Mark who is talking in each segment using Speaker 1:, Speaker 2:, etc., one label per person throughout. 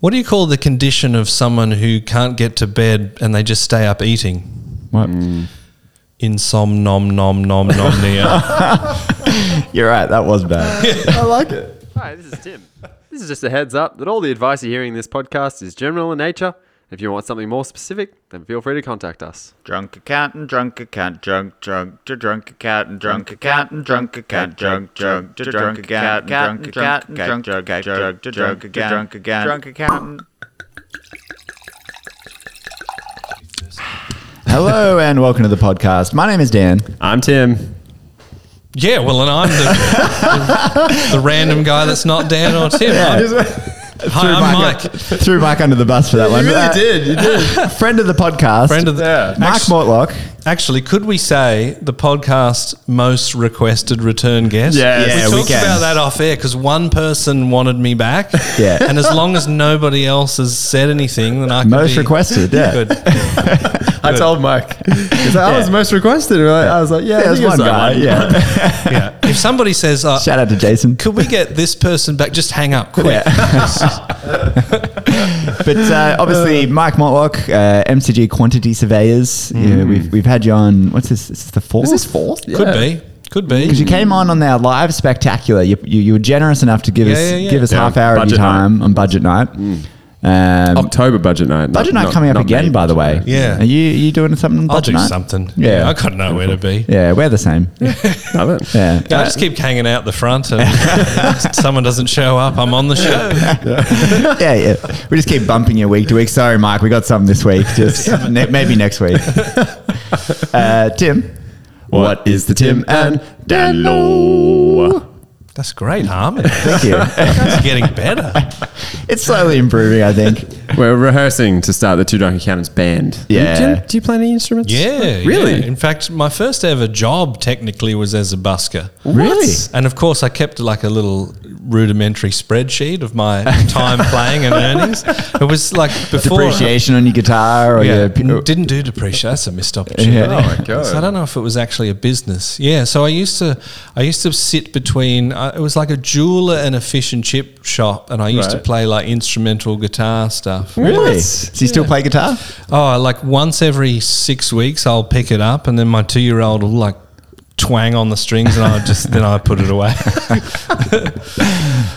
Speaker 1: What do you call the condition of someone who can't get to bed and they just stay up eating? Mm.
Speaker 2: What?
Speaker 1: Insom nom nom nom nomnia.
Speaker 2: You're right. That was bad.
Speaker 3: I like it.
Speaker 4: Hi, this is Tim. This is just a heads up that all the advice you're hearing in this podcast is general in nature. If you want something more specific, then feel free to contact us.
Speaker 5: Drunk accountant, drunk accountant, drunk, drunk, to drunk accountant, drunk accountant, drunk accountant, drunk, drunk, to drunk accountant, drunk accountant, drunk, drunk, drunk, to drunk accountant, drunk accountant, drunk accountant.
Speaker 2: Hello and welcome to the podcast. My name is Dan.
Speaker 4: I'm Tim.
Speaker 1: yeah, well, and I'm the, the, random guy that's not Dan or Tim. I'm-
Speaker 2: Uh,
Speaker 1: Hi, I'm Mike.
Speaker 2: Threw Mike under the bus for that one. Uh,
Speaker 3: did. You did.
Speaker 2: Friend of the podcast.
Speaker 1: Friend of the-
Speaker 3: Yeah.
Speaker 2: Mark
Speaker 1: Actu-
Speaker 2: Mortlock.
Speaker 1: Actually, could we say the podcast most requested return guest?
Speaker 4: Yes.
Speaker 2: Yeah,
Speaker 1: we
Speaker 2: we
Speaker 1: talked
Speaker 2: can.
Speaker 1: about that off air because one person wanted me back.
Speaker 2: Yeah.
Speaker 1: and as long as nobody else has said anything, then I can
Speaker 2: Most
Speaker 1: be
Speaker 2: requested, yeah.
Speaker 1: Good.
Speaker 3: I told Mike. He's like, I was
Speaker 2: Yeah.
Speaker 3: most requested. And I I was like, yeah, I
Speaker 2: Yeah, there's
Speaker 3: think it
Speaker 2: one
Speaker 3: was that
Speaker 2: guy. Yeah.
Speaker 1: Yeah. If somebody says, uh,
Speaker 2: Shout out to Jason.
Speaker 1: "Could we get this person back?" Just hang up quick.
Speaker 2: But uh, obviously, Mike Mortlock, uh, MCG Quantity Surveyors. You know, we've, we've had you on. What's this? Is this the fourth?
Speaker 3: Mm. Is this fourth?
Speaker 1: Could be. Could be.
Speaker 2: Because you came on on our live spectacular. You, you, you were generous enough to give
Speaker 1: Yeah,
Speaker 2: us
Speaker 1: yeah, yeah.
Speaker 2: give us
Speaker 1: Yeah,
Speaker 2: half hour of your
Speaker 4: budget night.
Speaker 2: time on budget night.
Speaker 3: Mm.
Speaker 1: Oh,
Speaker 2: Um,
Speaker 4: October budget night.
Speaker 2: budget night coming up again, by the way.
Speaker 1: Yeah.
Speaker 2: Are you you doing something?
Speaker 1: I'll
Speaker 2: budget
Speaker 1: do
Speaker 2: night?
Speaker 1: something.
Speaker 2: Yeah.
Speaker 1: I got nowhere to be.
Speaker 2: Yeah, we're the same.
Speaker 4: Love it.
Speaker 2: Yeah.
Speaker 1: I just keep hanging out the front, and if someone doesn't show up. I'm on the show.
Speaker 2: yeah, yeah. We just keep bumping you week to week. Sorry, Mike, we got something this week. Just ne- maybe next week. Uh, Tim,
Speaker 5: What is the Tim and Dan Low?
Speaker 1: That's great harmony.
Speaker 2: thank you.
Speaker 1: It's getting better.
Speaker 2: it's slowly improving, I think.
Speaker 4: We're rehearsing to start the Two Drunk Accountants band.
Speaker 2: Yeah.
Speaker 4: Do you, do you play any instruments?
Speaker 1: Yeah,
Speaker 4: Really?
Speaker 1: yeah. In fact, my first ever job technically was as a busker.
Speaker 2: Really?
Speaker 1: And of course, I kept like a little rudimentary spreadsheet of my time playing and earnings. It was like before
Speaker 2: Depreciation on your guitar or
Speaker 1: Yeah,
Speaker 2: your
Speaker 1: n- didn't do depreciation. That's a missed opportunity.
Speaker 2: uh, Yeah. Oh,
Speaker 3: my God.
Speaker 1: So I don't know if it was actually a business. Yeah. So I used to, I used to sit between. Uh, it was like a jeweler and a fish and chip shop, and I used to
Speaker 3: Right.
Speaker 1: play like instrumental guitar stuff.
Speaker 2: Really? Does he still play guitar?
Speaker 1: Oh, like once every six weeks, I'll pick it up, and then my two-year-old will like twang on the strings, and I just then I put it away.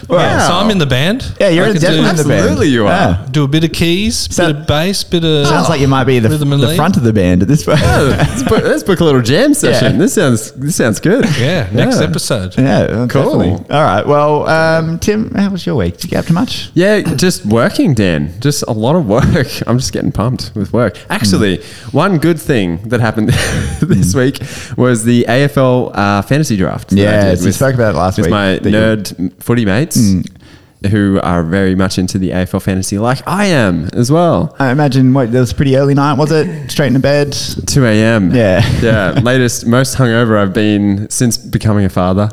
Speaker 1: Yeah, so I'm in the band.
Speaker 2: Yeah, you're
Speaker 1: I could
Speaker 2: definitely
Speaker 1: do,
Speaker 2: in the band.
Speaker 4: Absolutely you are.
Speaker 2: Yeah.
Speaker 1: Do a bit of keys,
Speaker 2: So-
Speaker 1: bit of bass, bit of
Speaker 2: Sounds like you might be the,
Speaker 1: Rhythm and
Speaker 2: the
Speaker 1: lead.
Speaker 2: front of the band at this point.
Speaker 4: Oh, let's, book, let's book a little jam session.
Speaker 2: Yeah.
Speaker 4: This sounds this sounds good.
Speaker 1: yeah. Next episode.
Speaker 2: Yeah, uh,
Speaker 4: Cool.
Speaker 2: definitely. All right. Well, um, Tim, how was your week? Did you get up to much?
Speaker 4: Yeah, just working, Dan. Just a lot of work. I'm just getting pumped with work. Actually,
Speaker 2: Hmm.
Speaker 4: one good thing that happened this week was the AFL uh, fantasy draft. that I
Speaker 2: Yeah,
Speaker 4: did
Speaker 2: we spoke about it last
Speaker 4: with
Speaker 2: week,
Speaker 4: my
Speaker 2: that you-
Speaker 4: nerd m- footy mates
Speaker 1: Hmm.
Speaker 4: who are very much into the AFL fantasy, like I am as well.
Speaker 2: I imagine what it was a pretty early night, was it? Straight into bed.
Speaker 4: 2 a.m.
Speaker 2: Yeah.
Speaker 4: Yeah. Latest, most hungover I've been since becoming a father.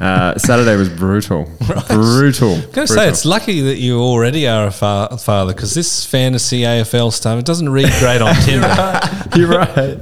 Speaker 4: Uh, Saturday was brutal. Brutal.
Speaker 1: I'm gonna say it's lucky that you already are a fa- father because this fantasy AFL stuff it doesn't read great on Tinder.
Speaker 4: You're right.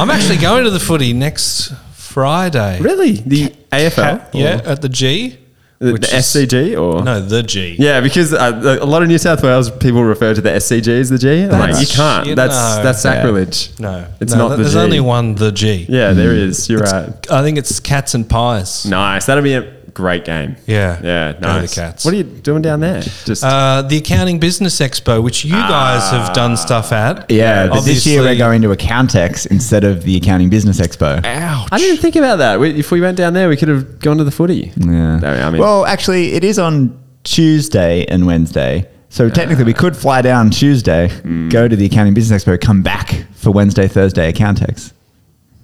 Speaker 1: I'm actually going to the footy next Friday.
Speaker 4: Really? The AFL?
Speaker 1: Yeah, at the G.
Speaker 4: The,
Speaker 1: which
Speaker 4: the
Speaker 1: is-
Speaker 4: SCG or
Speaker 1: No, the G.
Speaker 4: Yeah, because uh, a lot of New South Wales people refer to the SCG as the G. I'm like,
Speaker 2: That's-
Speaker 4: you can't.
Speaker 1: you
Speaker 4: that's
Speaker 1: know.
Speaker 4: that's sacrilege.
Speaker 1: No,
Speaker 4: it's
Speaker 1: no,
Speaker 4: not
Speaker 1: th-
Speaker 4: the
Speaker 1: There's
Speaker 4: G.
Speaker 1: only one the G.
Speaker 4: Yeah, there is. You're
Speaker 1: It's-
Speaker 4: right.
Speaker 1: I think it's cats and pies.
Speaker 4: Nice. That'll be a great game.
Speaker 1: Yeah.
Speaker 4: Yeah.
Speaker 1: Go to the
Speaker 4: Nice.
Speaker 1: Cats.
Speaker 4: What are you doing down there? Just
Speaker 1: Uh, the Accounting Business Expo, which
Speaker 4: Ah.
Speaker 1: you guys have done stuff at.
Speaker 2: Yeah, but Uh, this year we're
Speaker 1: Obviously-
Speaker 2: going to Accountex instead of the Accounting Business Expo.
Speaker 4: I didn't think about that. We, if we went down there, we could have gone to the footy.
Speaker 2: Yeah.
Speaker 4: No, I mean,
Speaker 2: well, actually, it is on Tuesday and Wednesday.
Speaker 4: Ah.
Speaker 2: So technically, we could fly down Tuesday,
Speaker 4: Hmm.
Speaker 2: go to the Accounting Business Expo, come back for Wednesday, Thursday Accountex.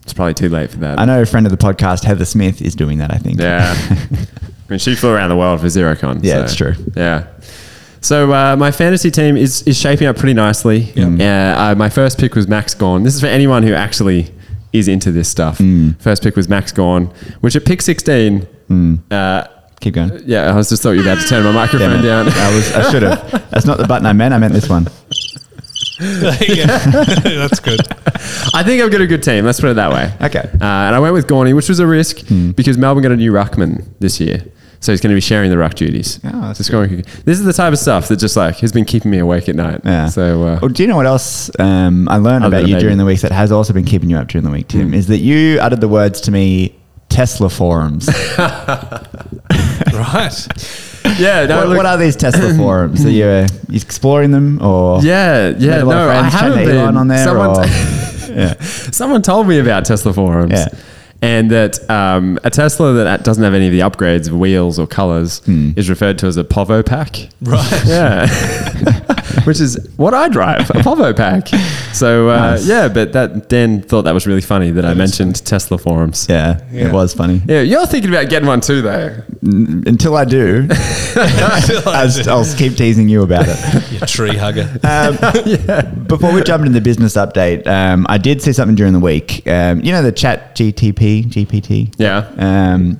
Speaker 4: it's probably too late for that.
Speaker 2: I know a friend of the podcast, Heather Smith, is doing that. I think.
Speaker 4: Yeah. I mean, she flew around the world for ZeroCon.
Speaker 2: Yeah, it's true.
Speaker 4: Yeah. So uh, my fantasy team is, is shaping up pretty nicely. Yeah. Uh, my first pick was Max Gorn. This is for anyone who actually is into this stuff. First pick was Max Gorn, which at pick 16, uh,
Speaker 2: Keep going.
Speaker 4: yeah, I was just thought you were about to turn my microphone
Speaker 2: Damn it.
Speaker 4: down.
Speaker 2: I was. I should have. That's not the button I meant. I meant this one.
Speaker 1: yeah. That's good.
Speaker 4: I think I've got a good team. Let's put it that way.
Speaker 2: Okay. Hmm.
Speaker 4: Uh, and I went with Gorney, which was a risk because Melbourne got a new ruckman this year. So he's going to be sharing the ruck duties.
Speaker 2: Oh, that's
Speaker 4: So scoring kick- This is the type of stuff that just like has been keeping me awake at night.
Speaker 2: Yeah. Oh,
Speaker 4: So uh,
Speaker 2: Well, do you know what else um, I learned
Speaker 4: Other
Speaker 2: about
Speaker 4: than
Speaker 2: you
Speaker 4: maybe- Hmm.
Speaker 2: during the week that has also been keeping you up during the week, Tim? Is that you uttered the words to me, Tesla forums.
Speaker 1: right.
Speaker 4: yeah, no,
Speaker 2: what,
Speaker 4: look-
Speaker 2: what are these Tesla forums? Are you uh, you exploring them or?
Speaker 4: yeah, yeah,
Speaker 2: Met a lot
Speaker 4: no,
Speaker 2: of
Speaker 4: I
Speaker 2: friends chatting
Speaker 4: haven't
Speaker 2: to
Speaker 4: been
Speaker 2: Elon on there.
Speaker 4: Someone-
Speaker 2: or- yeah.
Speaker 4: Someone told me about Tesla forums.
Speaker 2: Yeah.
Speaker 4: And that um, a Tesla that doesn't have any of the upgrades of wheels or colors
Speaker 2: Hmm.
Speaker 4: is referred to as a Povo pack.
Speaker 1: Right.
Speaker 4: Yeah. Which is what I drive, a Povo pack. So, uh, yeah, but that Dan thought that was really funny that I mentioned Tesla forums.
Speaker 2: Yeah,
Speaker 1: Yeah.
Speaker 2: it was funny.
Speaker 4: Yeah, you're thinking about getting one too, though.
Speaker 2: N- Until I do, I'll, just- I'll keep teasing you about it.
Speaker 1: You tree hugger.
Speaker 4: Uh,
Speaker 2: Before we jump into the business update, um, I did see something during the week. Um, you know the chat GTP, GPT?
Speaker 4: Yeah.
Speaker 2: Um,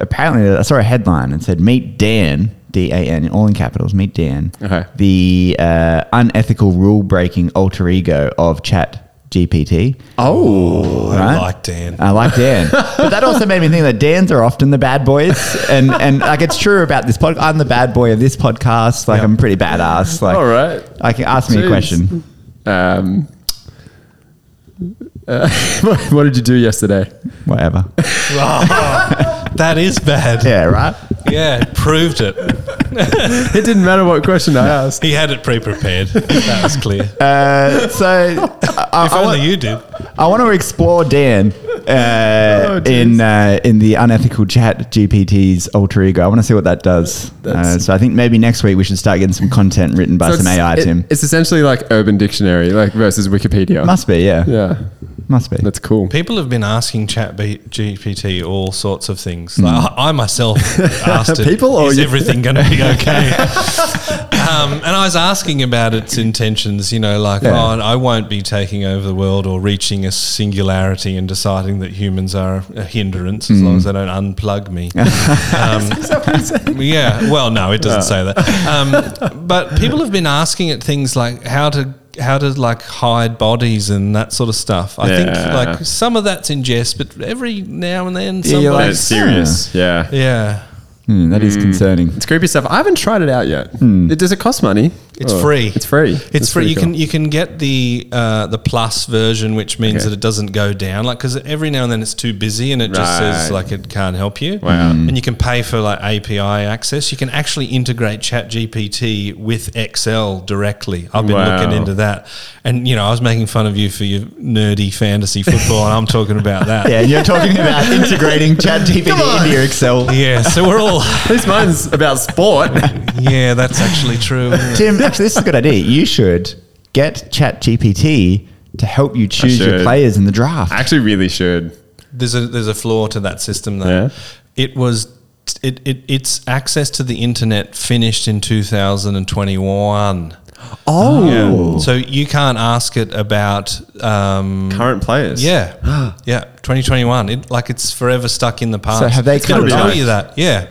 Speaker 2: apparently, I saw a headline and said, "Meet Dan." D A N, all in capitals. Meet Dan,
Speaker 4: Okay.
Speaker 2: the uh, unethical, rule-breaking alter ego of Chat GPT.
Speaker 1: Oh,
Speaker 2: right?
Speaker 1: I like Dan.
Speaker 2: I like Dan, but that also made me think that Dan's are often the bad boys, and and like it's true about this podcast. I'm the bad boy of this podcast. Like
Speaker 1: Yep.
Speaker 2: I'm pretty badass. Like
Speaker 4: All right.
Speaker 2: I can ask me
Speaker 4: Jeez.
Speaker 2: a question.
Speaker 4: Um, uh, what, what did you do yesterday?
Speaker 2: Whatever.
Speaker 1: that is bad.
Speaker 2: Yeah. Right.
Speaker 1: Yeah, proved it.
Speaker 4: It didn't matter what question I asked.
Speaker 1: He had it pre-prepared. That was clear.
Speaker 2: Uh, so I,
Speaker 1: if only you did.
Speaker 2: I want to explore Dan
Speaker 4: Oh,
Speaker 2: uh,
Speaker 4: geez.
Speaker 2: in uh, in the unethical chat GPT's alter ego. I want to see what that does. Uh,
Speaker 4: That's-
Speaker 2: so I think maybe next week we should start getting some content written by
Speaker 4: So
Speaker 2: some
Speaker 4: it's-
Speaker 2: AI,
Speaker 4: it-
Speaker 2: Tim.
Speaker 4: It's essentially like Urban Dictionary, like versus Wikipedia.
Speaker 2: Must be, yeah.
Speaker 4: yeah,
Speaker 2: Must be.
Speaker 4: that's cool.
Speaker 1: People have been asking Chat B- GPT all sorts of things. Like, I, I myself asked it,
Speaker 4: Hmm. People or
Speaker 1: is
Speaker 4: you-
Speaker 1: everything going to be okay? um, and I was asking about its intentions, you know, like,
Speaker 2: Yeah.
Speaker 1: oh, I won't be taking over the world or reaching a singularity and deciding that humans are a hindrance as
Speaker 4: Hmm.
Speaker 1: long as they don't unplug me. Um, yeah. Well, no, it doesn't say that. Um, but people have been asking it things like how to how to like hide bodies and that sort of stuff. I
Speaker 4: Yeah.
Speaker 1: think like some of that's in jest, but every now and then
Speaker 2: Yeah, you're
Speaker 1: somebody.
Speaker 2: like-
Speaker 4: serious. Yeah.
Speaker 1: Yeah,
Speaker 2: Hmm, that is concerning.
Speaker 4: It's creepy stuff. I haven't tried it out yet. It, does it cost money?
Speaker 1: it's
Speaker 4: Oh,
Speaker 1: free.
Speaker 4: It's free.
Speaker 1: It's free. You can you can get the uh, the plus version, which means
Speaker 4: Okay.
Speaker 1: that it doesn't go down. Like because every now and then it's too busy and it just says
Speaker 4: Right.
Speaker 1: like it can't help you.
Speaker 4: Wow. Mm-hmm.
Speaker 1: And you can pay for like API access. You can actually integrate ChatGPT with Excel directly. I've been
Speaker 4: Wow.
Speaker 1: looking into that, and you know I was making fun of you for your nerdy fantasy football, and I'm talking about that.
Speaker 2: Yeah, and you're talking about integrating chat GPT into your Excel.
Speaker 1: Yeah, so we're all.
Speaker 4: At least mine's about sport.
Speaker 1: Yeah, that's actually true. isn't it?
Speaker 2: Tim, actually, this is a good idea. You should get chat GPT to help you choose your
Speaker 4: should.
Speaker 2: players in the draft.
Speaker 4: I actually really should.
Speaker 1: There's a there's a flaw to that system though.
Speaker 4: Yeah.
Speaker 1: It was it, it its access to the internet finished in 2021.
Speaker 4: Oh.
Speaker 1: So you can't ask it about um,
Speaker 4: Current players.
Speaker 1: Yeah, yeah, 2021. It, like it's forever stuck in the past.
Speaker 2: So have they
Speaker 1: It's gonna
Speaker 2: come
Speaker 1: tell
Speaker 2: back?
Speaker 1: you that? Yeah,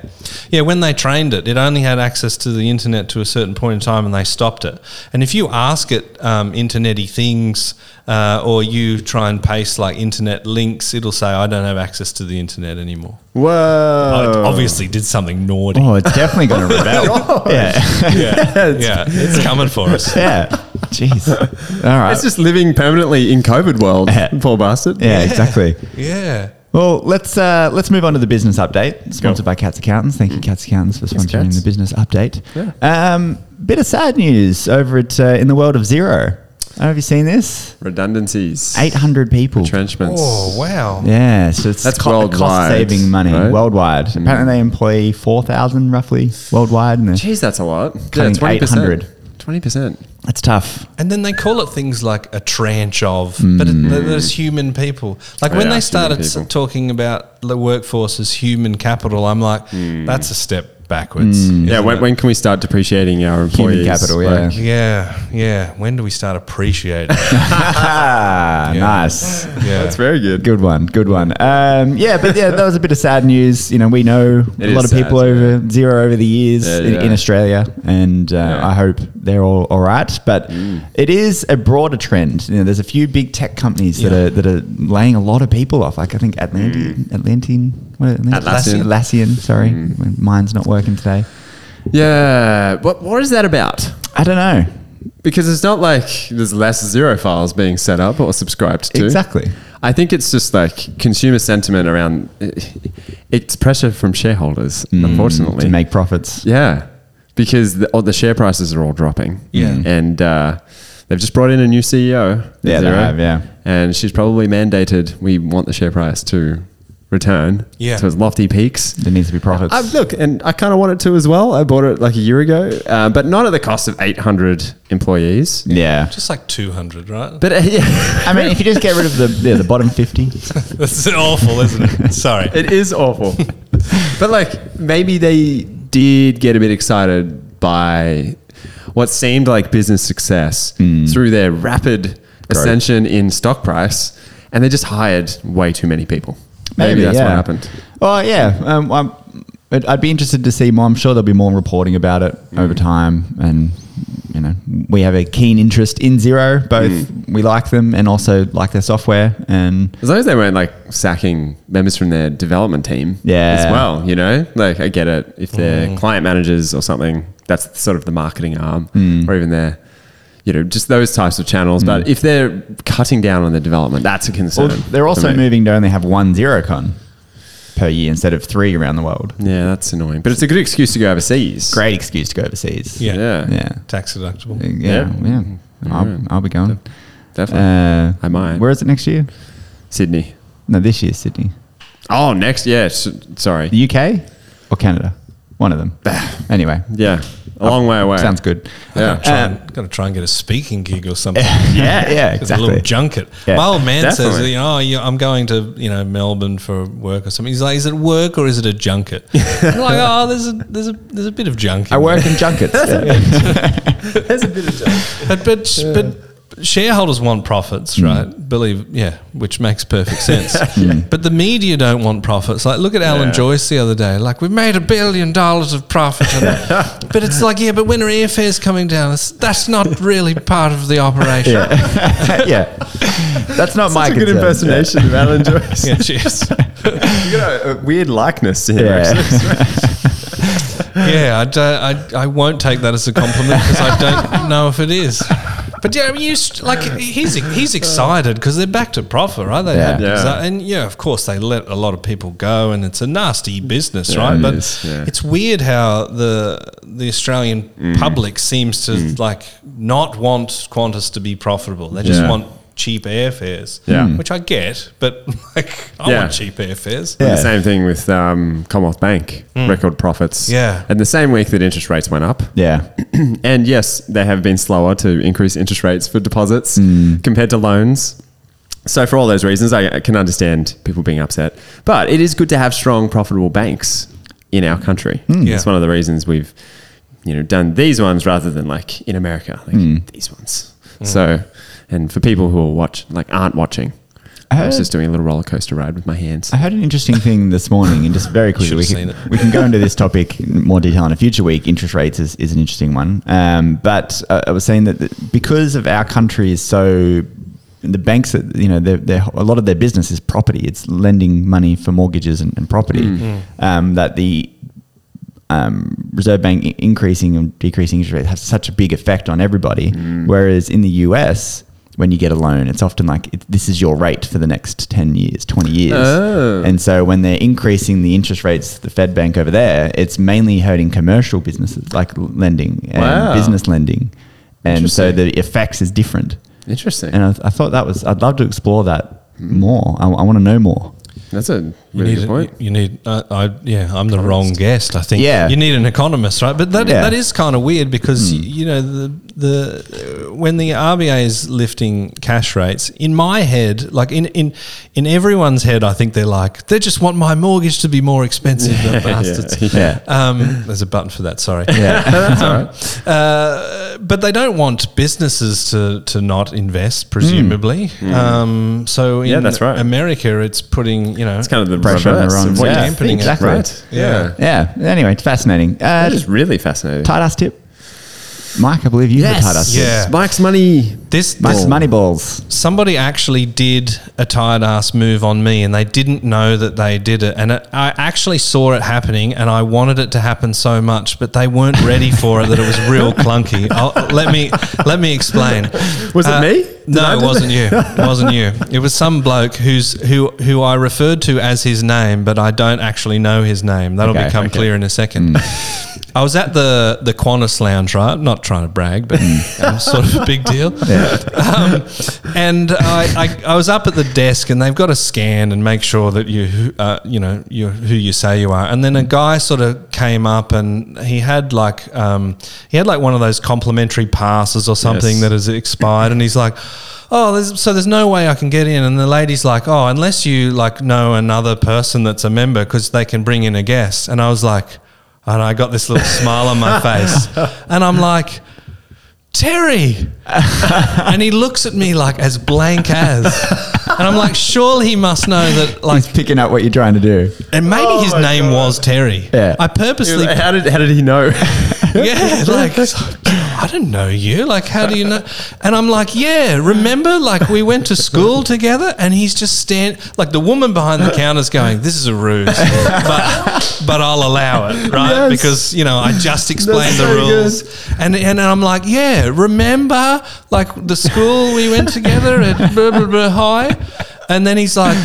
Speaker 1: yeah. When they trained it, it only had access to the internet to a certain point in time, and they stopped it. And if you ask it um, internety things, uh, or you try and paste like internet links, it'll say, "I don't have access to the internet anymore."
Speaker 4: Whoa.
Speaker 1: It obviously, did something naughty.
Speaker 2: oh, it's definitely going to rebel. yeah.
Speaker 1: Yeah, yeah, it's coming for us.
Speaker 2: Yeah. Jeez. All right.
Speaker 4: It's just living permanently in COVID world, poor bastard.
Speaker 2: yeah, exactly.
Speaker 1: Yeah.
Speaker 2: Well, let's uh, let's move on to the business update, sponsored by Cats Accountants. Thank you, Cats Accountants, for sponsoring
Speaker 4: Cats.
Speaker 2: the business update. Um, bit of sad news over at uh, in the world of zero. Oh, Have you seen this?
Speaker 4: Redundancies.
Speaker 2: Eight hundred people.
Speaker 4: Retrenchments.
Speaker 1: Oh wow.
Speaker 2: Yeah, so it's
Speaker 4: That's worldwide,
Speaker 2: cost saving money
Speaker 4: right? Hmm.
Speaker 2: worldwide. Apparently, they employ four thousand roughly worldwide, and they're-
Speaker 4: Jeez, that's a lot.
Speaker 2: Cutting
Speaker 4: yeah,
Speaker 2: 800.
Speaker 4: 20%. 20%.
Speaker 2: that's tough.
Speaker 1: And then they call it things like a tranche of, but it, th- there's human people. Like when
Speaker 4: Mm.
Speaker 1: they
Speaker 4: Yeah, human
Speaker 1: started s-
Speaker 4: people.
Speaker 1: talking about the workforce as human capital, I'm like, that's a step backwards.
Speaker 4: Mm. Yeah,
Speaker 1: isn't
Speaker 4: when,
Speaker 1: it?
Speaker 4: when can we start depreciating our
Speaker 2: Human
Speaker 4: employees?
Speaker 2: capital,
Speaker 4: Like,
Speaker 2: yeah.
Speaker 1: yeah, yeah. When do we start appreciating?
Speaker 2: Ah, nice.
Speaker 1: yeah,
Speaker 3: That's very good.
Speaker 2: Good one, good one. Um, yeah, but yeah, that was a bit of sad news. You know, we know
Speaker 4: It
Speaker 2: a lot of
Speaker 4: is
Speaker 2: people
Speaker 4: sad,
Speaker 2: over zero over the years
Speaker 4: Yeah,
Speaker 2: in,
Speaker 4: yeah.
Speaker 2: in Australia, and uh, I hope they're all all right. But
Speaker 4: Mm.
Speaker 2: it is a broader trend. You know, there's a few big tech companies that
Speaker 1: Yeah.
Speaker 2: are that are laying a lot of people off. Like I think Atlantean, Atlantean, what Atlantean?
Speaker 4: Mm. Atlassian. Mm.
Speaker 2: Atlassian. Sorry, mine's not working today.
Speaker 4: yeah. What, what is that about?
Speaker 2: I don't know
Speaker 4: Because it's not like there's less zero files being set up or subscribed to.
Speaker 2: exactly.
Speaker 4: I think it's just like consumer sentiment around. It's pressure from shareholders, unfortunately.
Speaker 2: To make profits,
Speaker 4: Yeah, because the, oh, the share prices are all dropping.
Speaker 1: Yeah.
Speaker 4: and uh, they've just brought in a new CEO.
Speaker 2: Yeah, they
Speaker 4: Zero.
Speaker 2: have, yeah.
Speaker 4: and she's probably mandated we want the share price to return
Speaker 1: Yeah.
Speaker 4: to its lofty peaks.
Speaker 2: there needs to be profits.
Speaker 4: I, look, and I kind of want it to as well. I bought it like a year ago, uh, but not at the cost of 800 employees.
Speaker 2: yeah.
Speaker 1: just like two hundred, right?
Speaker 4: But uh, yeah,
Speaker 2: I mean, if you just get rid of the yeah, the bottom fifty,
Speaker 1: That's awful, isn't it? Sorry.
Speaker 4: it is awful. but like maybe they did get a bit excited by what seemed like business success through their rapid ascension in stock price, and they just hired way too many people. Maybe, that's
Speaker 2: yeah.
Speaker 4: what happened.
Speaker 2: Oh yeah, um, I'm, I'd- I'd be interested to see more. I'm sure there'll be more reporting about it
Speaker 4: Mm.
Speaker 2: over time, and you know we have a keen interest in Zero. Both
Speaker 4: Mm.
Speaker 2: we like them and also like their software. And
Speaker 4: As long as they weren't like sacking members from their development team
Speaker 2: Yeah. Mm.
Speaker 4: as well, you know? Like I get it. If they're client managers or something, that's sort of the marketing arm
Speaker 2: Mm.
Speaker 4: or even their you know, just those types of channels. But if they're cutting down on their development, that's a
Speaker 2: well,
Speaker 4: concern.
Speaker 2: they're also
Speaker 4: for me.
Speaker 2: moving to only have one ZeroCon per year instead of three around the world.
Speaker 4: Yeah, that's annoying. But it's a good excuse to go overseas.
Speaker 2: Great excuse to go overseas.
Speaker 1: Yeah.
Speaker 4: Yeah.
Speaker 2: yeah, Uh,
Speaker 1: Tax deductible.
Speaker 2: yeah, yeah. I'll, I'll be going.
Speaker 4: Definitely.
Speaker 2: Uh,
Speaker 4: I might.
Speaker 2: Where is it next year?
Speaker 4: Sydney.
Speaker 2: No, this year Sydney.
Speaker 4: Oh, next. Yeah. s- Sorry.
Speaker 2: the UK or Canada, one of them. anyway,
Speaker 4: Yeah. A long way away.
Speaker 2: sounds good. Uh,
Speaker 4: Yeah.
Speaker 1: Try and, got to try and get a speaking gig or something.
Speaker 2: yeah, yeah,
Speaker 1: It's a little
Speaker 2: exactly.
Speaker 1: junket.
Speaker 2: Yeah.
Speaker 1: My old man says,
Speaker 4: Definitely.
Speaker 1: you know, oh, yeah, I'm going to, you know, Melbourne for work or something. He's like, is it work or is it a junket? I'm like, oh, there's a, there's a, there's a bit of junk.
Speaker 2: I
Speaker 1: in
Speaker 2: work in junkets. yeah.
Speaker 1: there. But, but, but shareholders want profits,
Speaker 2: Mm.
Speaker 1: right? Believe, yeah, which makes perfect sense. But the media don't want profits. Like, look at Alan Joyce the other day. Like, we've made a billion dollars of profit. And, but it's like, yeah, but when are airfares coming down? It's, that's not really part of the operation.
Speaker 2: Yeah. that's not my
Speaker 4: Such a good
Speaker 2: concern.
Speaker 4: impersonation of Alan Joyce.
Speaker 1: Yeah, cheers.
Speaker 4: You got a, a weird likeness to him,
Speaker 2: Yeah.
Speaker 4: actually.
Speaker 1: Yeah, I, don't, I, I won't take that as a compliment because I don't know if it is. But yeah, I mean, you st- like he's he's excited because they're back to profit, right? They
Speaker 2: Yeah.
Speaker 1: had-
Speaker 4: Yeah.
Speaker 1: and yeah, of course they let a lot of people go, and it's a nasty business, right?
Speaker 4: it
Speaker 1: but
Speaker 4: is, yeah. Mm.
Speaker 1: it's weird how the the Australian public seems to like not want Qantas to be profitable. They just
Speaker 4: Yeah.
Speaker 1: want cheap airfares,
Speaker 4: Yeah. Mm.
Speaker 1: which I get, but like I
Speaker 4: Yeah.
Speaker 1: want cheap airfares.
Speaker 2: Yeah.
Speaker 4: And the same thing with um, Commonwealth Bank, record profits.
Speaker 1: Hmm. Yeah.
Speaker 4: And the same week that interest rates went up.
Speaker 2: Yeah.
Speaker 4: And yes, they have been slower to increase interest rates for deposits
Speaker 1: Hmm.
Speaker 4: compared to loans. So, for all those reasons, I I can understand people being upset. But it is good to have strong, profitable banks in our country.
Speaker 1: Hmm. Yeah.
Speaker 4: It's one of the reasons we've, you know, done these ones rather than like in America, like
Speaker 1: Hmm.
Speaker 4: these ones. So, and for people who are watch like aren't watching, I, was
Speaker 1: Uh,
Speaker 2: heard-
Speaker 4: just doing a little roller coaster ride with my hands.
Speaker 2: I heard an interesting thing this morning, and just very quickly, we
Speaker 1: Should've
Speaker 2: can,
Speaker 1: seen it.
Speaker 2: we can go into this topic in more detail in a future week. Interest rates is, is an interesting one. Um, but uh, I was saying that the, because of our country is so. The banks, that you know, they're, they're, a lot of their business is property. It's lending money for mortgages and, and property.
Speaker 1: Mm.
Speaker 2: Um, that the um, Reserve Bank i- increasing and decreasing interest rates has such a big effect on everybody.
Speaker 4: Mm.
Speaker 2: Whereas in the US, when you get a loan, it's often like it, this is your rate for the next 10 years, 20 years.
Speaker 4: Oh.
Speaker 2: And so when they're increasing the interest rates, the Fed Bank over there, it's mainly hurting commercial businesses like l- lending and
Speaker 4: Wow.
Speaker 2: business lending. And so
Speaker 4: Interesting.
Speaker 2: the effects is different.
Speaker 4: Interesting. Hmm.
Speaker 2: And I, I thought that was, I'd love to explore that more. I, want to know more.
Speaker 4: That's a
Speaker 1: You
Speaker 4: really
Speaker 1: need,
Speaker 4: good
Speaker 1: a-
Speaker 4: point.
Speaker 1: you need, uh, I, yeah, I'm the wrong guest. I think.
Speaker 2: Yeah.
Speaker 1: You need an economist, right? But that
Speaker 2: Yeah.
Speaker 1: that is kind of weird
Speaker 4: Hmm.
Speaker 1: because you know the the uh, when the RBA is lifting cash rates, in my head, like in in in everyone's head, I think they're like they just want my mortgage to be more expensive. the bastards.
Speaker 2: Yeah.
Speaker 1: Um, there's a button for that. Sorry. Uh, but they don't want businesses to, to not invest, presumably. Um, so in
Speaker 4: Hmm. Yeah, that's right.
Speaker 1: America, it's putting you know
Speaker 4: It's kind of the
Speaker 2: Pressure on the
Speaker 4: reverse
Speaker 2: wrong-
Speaker 4: of what
Speaker 2: Yeah,
Speaker 4: you think,
Speaker 2: exactly.
Speaker 4: right?
Speaker 1: Yeah.
Speaker 2: Yeah. Anyway, it's fascinating. Uh,
Speaker 4: That is really fascinating.
Speaker 2: tight ass tip. Mike, I believe you have a tight ass tip.
Speaker 1: Yeah.
Speaker 4: Mike's money.
Speaker 1: this
Speaker 2: Mike's
Speaker 1: this-
Speaker 2: money balls.
Speaker 1: somebody actually did a tired ass move on me and they didn't know that they did it and it, i actually saw it happening and i wanted it to happen so much but they weren't ready for it that it was real clunky I'll, let me let me explain Uh,
Speaker 4: Was it me?
Speaker 1: no it wasn't you it wasn't you it was some bloke who's who who i referred to as his name but i don't actually know his name that'll
Speaker 2: Okay,
Speaker 1: become
Speaker 2: okay.
Speaker 1: clear in a second I was at the the Qantas lounge, right? I'm not trying to brag, but that was sort of a big deal. Um, and I, I, I was up at the desk, and they've got to scan and make sure that you who- uh, you know you who you say you are. And then a guy sort of came up, and he had like um, he had like one of those complimentary passes or something
Speaker 4: Yes.
Speaker 1: that has expired, and he's like. Oh, there's, so there's no way I can get in, and the lady's like, "Oh, unless you like know another person that's a member, because they can bring in a guest." And I was like, and I got this little smile on my face. And I'm like, Terry. and he looks at me like as blank as. And I'm like, surely he must know that, like,
Speaker 2: He's picking up what you're trying to do.
Speaker 1: and maybe his name was Terry.
Speaker 2: Yeah.
Speaker 1: I purposely, yeah,
Speaker 4: How did how did he know?
Speaker 1: like, I don't know you. Like, how do you know? And I'm like, yeah, remember, like, we went to school together, and he's just stand like the woman behind the counter's going, this is a ruse, but, but I'll allow it, right?
Speaker 2: Yes.
Speaker 1: Because you know, I just explained the
Speaker 2: so
Speaker 1: rules. And, and I'm like, yeah, remember like the school we went together at blah, blah, blah, high? And then he's like,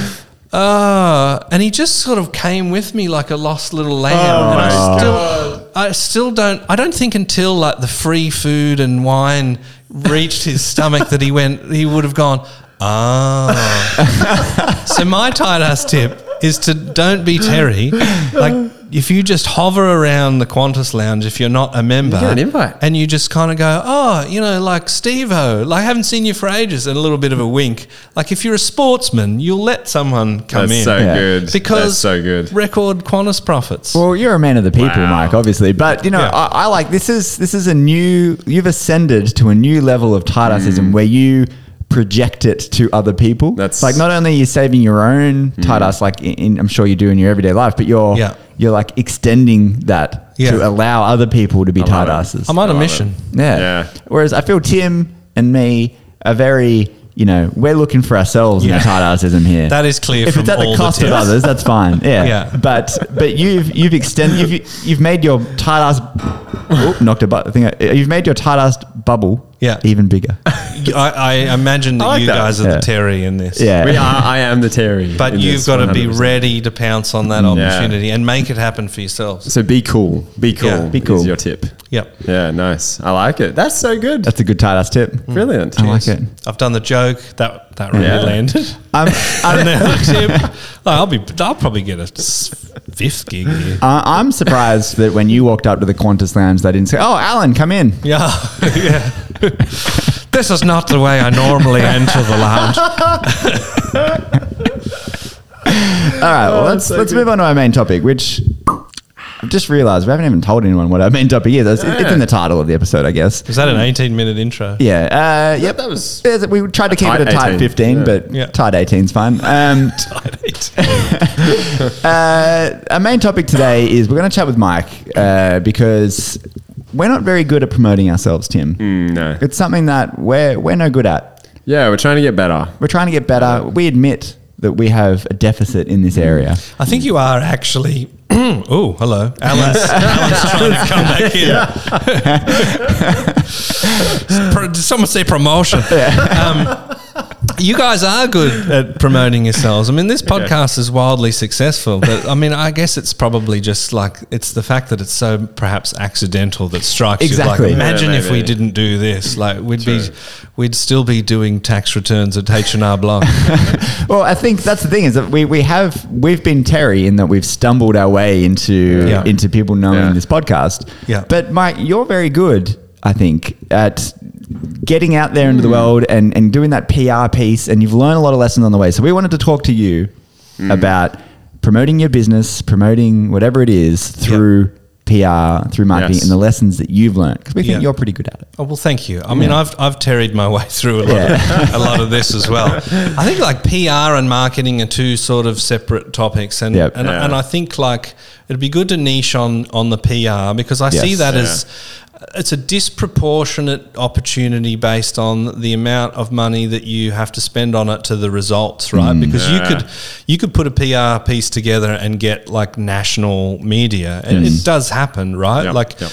Speaker 1: oh, and he just sort of came with me like a lost little lamb. and I still, I still don't, I don't think until like the free food and wine reached his stomach that he went, he would have gone, ah. So my tight ass tip is to don't be Terry. Like if you just hover around the Qantas lounge, if you're not a member,
Speaker 4: get an invite.
Speaker 1: and you just kind of go, oh, you know, like Steve-O, like I haven't seen you for ages, and a little bit of a wink. Like if you're a sportsman, you'll let someone come
Speaker 4: That's
Speaker 1: in
Speaker 4: so
Speaker 2: Yeah.
Speaker 4: good.
Speaker 1: because
Speaker 4: That's so good.
Speaker 1: record Qantas profits.
Speaker 2: Well, you're a man of the people, Mike, obviously, but you know,
Speaker 1: Yeah.
Speaker 2: I, I like this is this is a new. You've ascended to a new level of tight assism where you project it to other people.
Speaker 4: Mm. That's- Mm.
Speaker 2: like not only are you saving your own tight ass, like in, in, I'm sure you do in your everyday life, but you're
Speaker 1: Yeah.
Speaker 2: you're like extending that
Speaker 1: Yeah.
Speaker 2: to allow other people to be tight
Speaker 4: it.
Speaker 2: asses.
Speaker 1: I'm on a
Speaker 4: I love
Speaker 1: mission.
Speaker 2: Yeah.
Speaker 4: Yeah.
Speaker 2: Whereas I feel Tim and me are very, you know, we're looking for ourselves in
Speaker 1: Yeah.
Speaker 2: the tight assism here.
Speaker 1: That is clear
Speaker 2: If
Speaker 1: from
Speaker 2: it's at the
Speaker 1: all
Speaker 2: cost
Speaker 1: the
Speaker 2: of
Speaker 1: tips.
Speaker 2: others, that's fine. Yeah.
Speaker 1: Yeah.
Speaker 2: But but you've you've extended you've you've made your tight ass oop, knocked a bu- thing. out. You've made your tight ass bubble
Speaker 1: Yeah.
Speaker 2: even bigger.
Speaker 1: I, I imagine that
Speaker 4: like
Speaker 1: you
Speaker 4: that.
Speaker 1: guys are
Speaker 2: Yeah.
Speaker 1: the Terry in this.
Speaker 2: Yeah.
Speaker 4: We are. I am the Terry.
Speaker 1: But
Speaker 4: in
Speaker 1: you've
Speaker 4: this,
Speaker 1: got to be
Speaker 4: 100%.
Speaker 1: ready to pounce on that opportunity and make it happen for yourselves.
Speaker 4: So be cool. Be cool.
Speaker 1: Yeah.
Speaker 2: Be cool.
Speaker 4: Is your tip.
Speaker 1: Yep.
Speaker 4: Yeah. Nice. I like it. That's so good.
Speaker 2: That's a good tight ass tip.
Speaker 4: brilliant.
Speaker 2: I like it.
Speaker 1: I've done the joke. That that really
Speaker 4: Yeah.
Speaker 1: landed.
Speaker 2: I'm,
Speaker 1: And
Speaker 2: I'm,
Speaker 1: then the tip. Like, I'll be. I'll probably get a s- fifth gig here.
Speaker 2: I- I'm surprised that when you walked up to the Qantas lounge, they didn't say, "Oh, Alan, come in."
Speaker 1: Yeah, yeah. this is not the way I normally enter the lounge.
Speaker 2: All right, well, Oh, let's let's move on to our main topic, which I've just realised we haven't even told anyone what our main topic is. It's, it's in the title of the episode, I guess.
Speaker 1: Is that an eighteen-minute intro?
Speaker 2: Yeah. Uh, yep. That
Speaker 4: was-
Speaker 2: we tried to keep
Speaker 4: Tight
Speaker 2: it a tight
Speaker 4: 18,
Speaker 2: fifteen,
Speaker 4: yeah.
Speaker 2: but
Speaker 1: Yeah.
Speaker 2: tight eighteen's fine. Um, uh, our main topic today is we're going to chat with Mike uh, because we're not very good at promoting ourselves, Tim.
Speaker 4: Mm, No.
Speaker 2: It's something that we're we're no good at.
Speaker 4: Yeah. We're trying to get better.
Speaker 2: We're trying to get better. We admit that we have a deficit in this area.
Speaker 1: I think you are actually. oh, hello, Alan's, Alan's trying to come back in. Pro- Did someone say promotion? Um, you guys are good at promoting yourselves. I mean, this podcast is wildly successful, but I mean, I guess it's probably just like it's the fact that it's so perhaps accidental that strikes
Speaker 2: Exactly.
Speaker 1: you.
Speaker 2: Yeah,
Speaker 1: Like, imagine if we
Speaker 4: maybe.
Speaker 1: didn't do this, like we'd be, we'd still be doing tax returns at H and R Block.
Speaker 2: well, I think that's the thing is that we, we have we've been Terry in that we've stumbled our way into
Speaker 1: Yeah.
Speaker 2: into people knowing
Speaker 4: Yeah.
Speaker 2: this podcast.
Speaker 1: Yeah.
Speaker 2: But Mike, you're very good, I think, at getting out there into
Speaker 3: Hmm.
Speaker 2: the world and, and doing that PR piece and you've learned a lot of lessons on the way. So we wanted to talk to you about promoting your business, promoting whatever it is through PR, through marketing
Speaker 4: Yes.
Speaker 2: and the lessons that you've learned. Because we think
Speaker 1: Yeah.
Speaker 2: you're pretty good at it.
Speaker 1: Oh, well, thank you. I mean, I've I've tarried my way through a lot, of, a lot of this as well. I think like PR and marketing are two sort of separate topics, and
Speaker 2: Yep.
Speaker 1: and,
Speaker 4: Yeah.
Speaker 1: and I think like it'd be good to niche on on the PR because I see
Speaker 2: Yes.
Speaker 1: that
Speaker 4: Yeah.
Speaker 1: as it's a disproportionate opportunity based on the amount of money that you have to spend on it to the results, right?
Speaker 2: Mm.
Speaker 1: Because
Speaker 4: Yeah.
Speaker 1: you could you could put a PR piece together and get like national media, and
Speaker 2: Mm.
Speaker 1: it does happen, right?
Speaker 4: Yep,
Speaker 1: Like
Speaker 4: yep.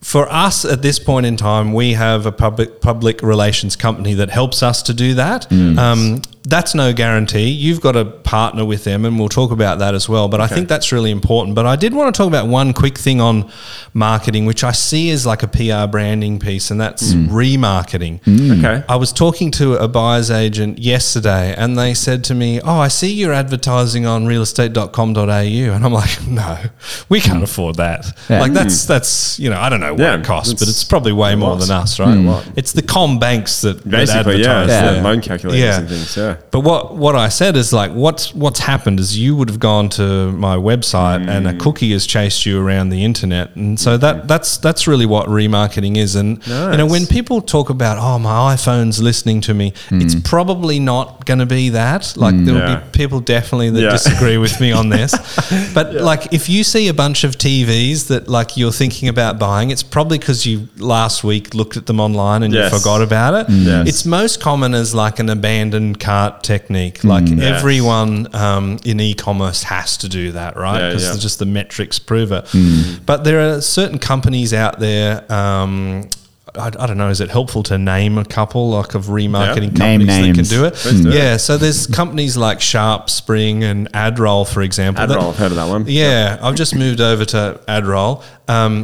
Speaker 1: for us at this point in time, we have a public public relations company that helps us to do that. Um, that's no guarantee. You've got to partner with them, and we'll talk about that as well. But I think that's really important. But I did want to talk about one quick thing on marketing, which I see as like a PR branding piece, and that's remarketing.
Speaker 4: Okay.
Speaker 1: I was talking to a buyer's agent yesterday and they said to me, Oh, I see you're advertising on realestate.com.au. And I'm like, No, we can't afford that.
Speaker 2: Yeah.
Speaker 1: Like, that's, that's, you know, I don't know what
Speaker 4: Hmm. Yeah,
Speaker 1: it costs, but
Speaker 4: it's
Speaker 1: it's probably way more than us, right? It's the com banks that, that
Speaker 4: Hmm. Basically, yeah,
Speaker 1: advertise
Speaker 4: it's
Speaker 1: there.
Speaker 4: the loan calculators
Speaker 1: Yeah.
Speaker 4: and things. Yeah.
Speaker 1: But what what I said is like what's what's happened is you would have gone to my website and
Speaker 4: Mm.
Speaker 1: a cookie has chased you around the internet, and so that that's that's really what remarketing is. And you know
Speaker 4: Nice. Mm.
Speaker 1: when people talk about oh my iPhone's listening to me, it's probably not going to be that. Like there will
Speaker 4: Yeah.
Speaker 1: be people definitely that
Speaker 4: Yeah.
Speaker 1: disagree with me on this, but like if you see a bunch of TVs that like you're thinking about buying, it's probably because you last week looked at them online and
Speaker 4: Yes.
Speaker 1: you forgot about it.
Speaker 4: Yes.
Speaker 1: It's most common as like an abandoned cart technique. Like
Speaker 4: Mm. Yes.
Speaker 1: everyone um, in e-commerce has to do that, right?
Speaker 4: Yeah,
Speaker 1: Because
Speaker 4: yeah. Mm.
Speaker 1: just the metrics prove it. But there are certain companies out there. Um, I, I don't know. Is it helpful to name a couple like of remarketing
Speaker 2: Name
Speaker 1: companies that can
Speaker 2: names.
Speaker 1: do it?
Speaker 4: do it.
Speaker 1: yeah. So there's companies like Sharp Spring and Adroll, for example. that-
Speaker 4: Adderall, I've heard of that one.
Speaker 1: yeah, I've just moved over to Adroll. Um,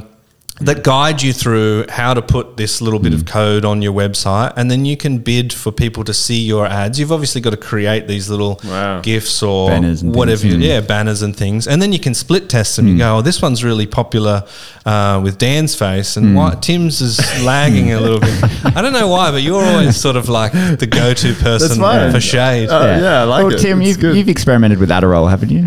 Speaker 1: that guide you through how to put this little bit
Speaker 2: Mm.
Speaker 1: of code on your website, and then you can bid for people to see your ads. You've obviously got to create these little
Speaker 4: Wow.
Speaker 1: gifs or
Speaker 2: Banners and Mm.
Speaker 1: whatever,
Speaker 2: things,
Speaker 1: you- yeah,
Speaker 2: mm.
Speaker 1: banners and things, and then you can split test them. You go, oh, this one's really popular uh, with Dan's face,
Speaker 2: Mm.
Speaker 1: and why, Tim's is lagging a little bit. I don't know why, but you're always sort of like the go-to person
Speaker 3: fine.
Speaker 1: for shade.
Speaker 3: Uh, yeah, I like
Speaker 2: well,
Speaker 3: it.
Speaker 2: Tim,
Speaker 3: It's
Speaker 2: you've,
Speaker 3: good.
Speaker 2: you've experimented with Adderall, haven't you?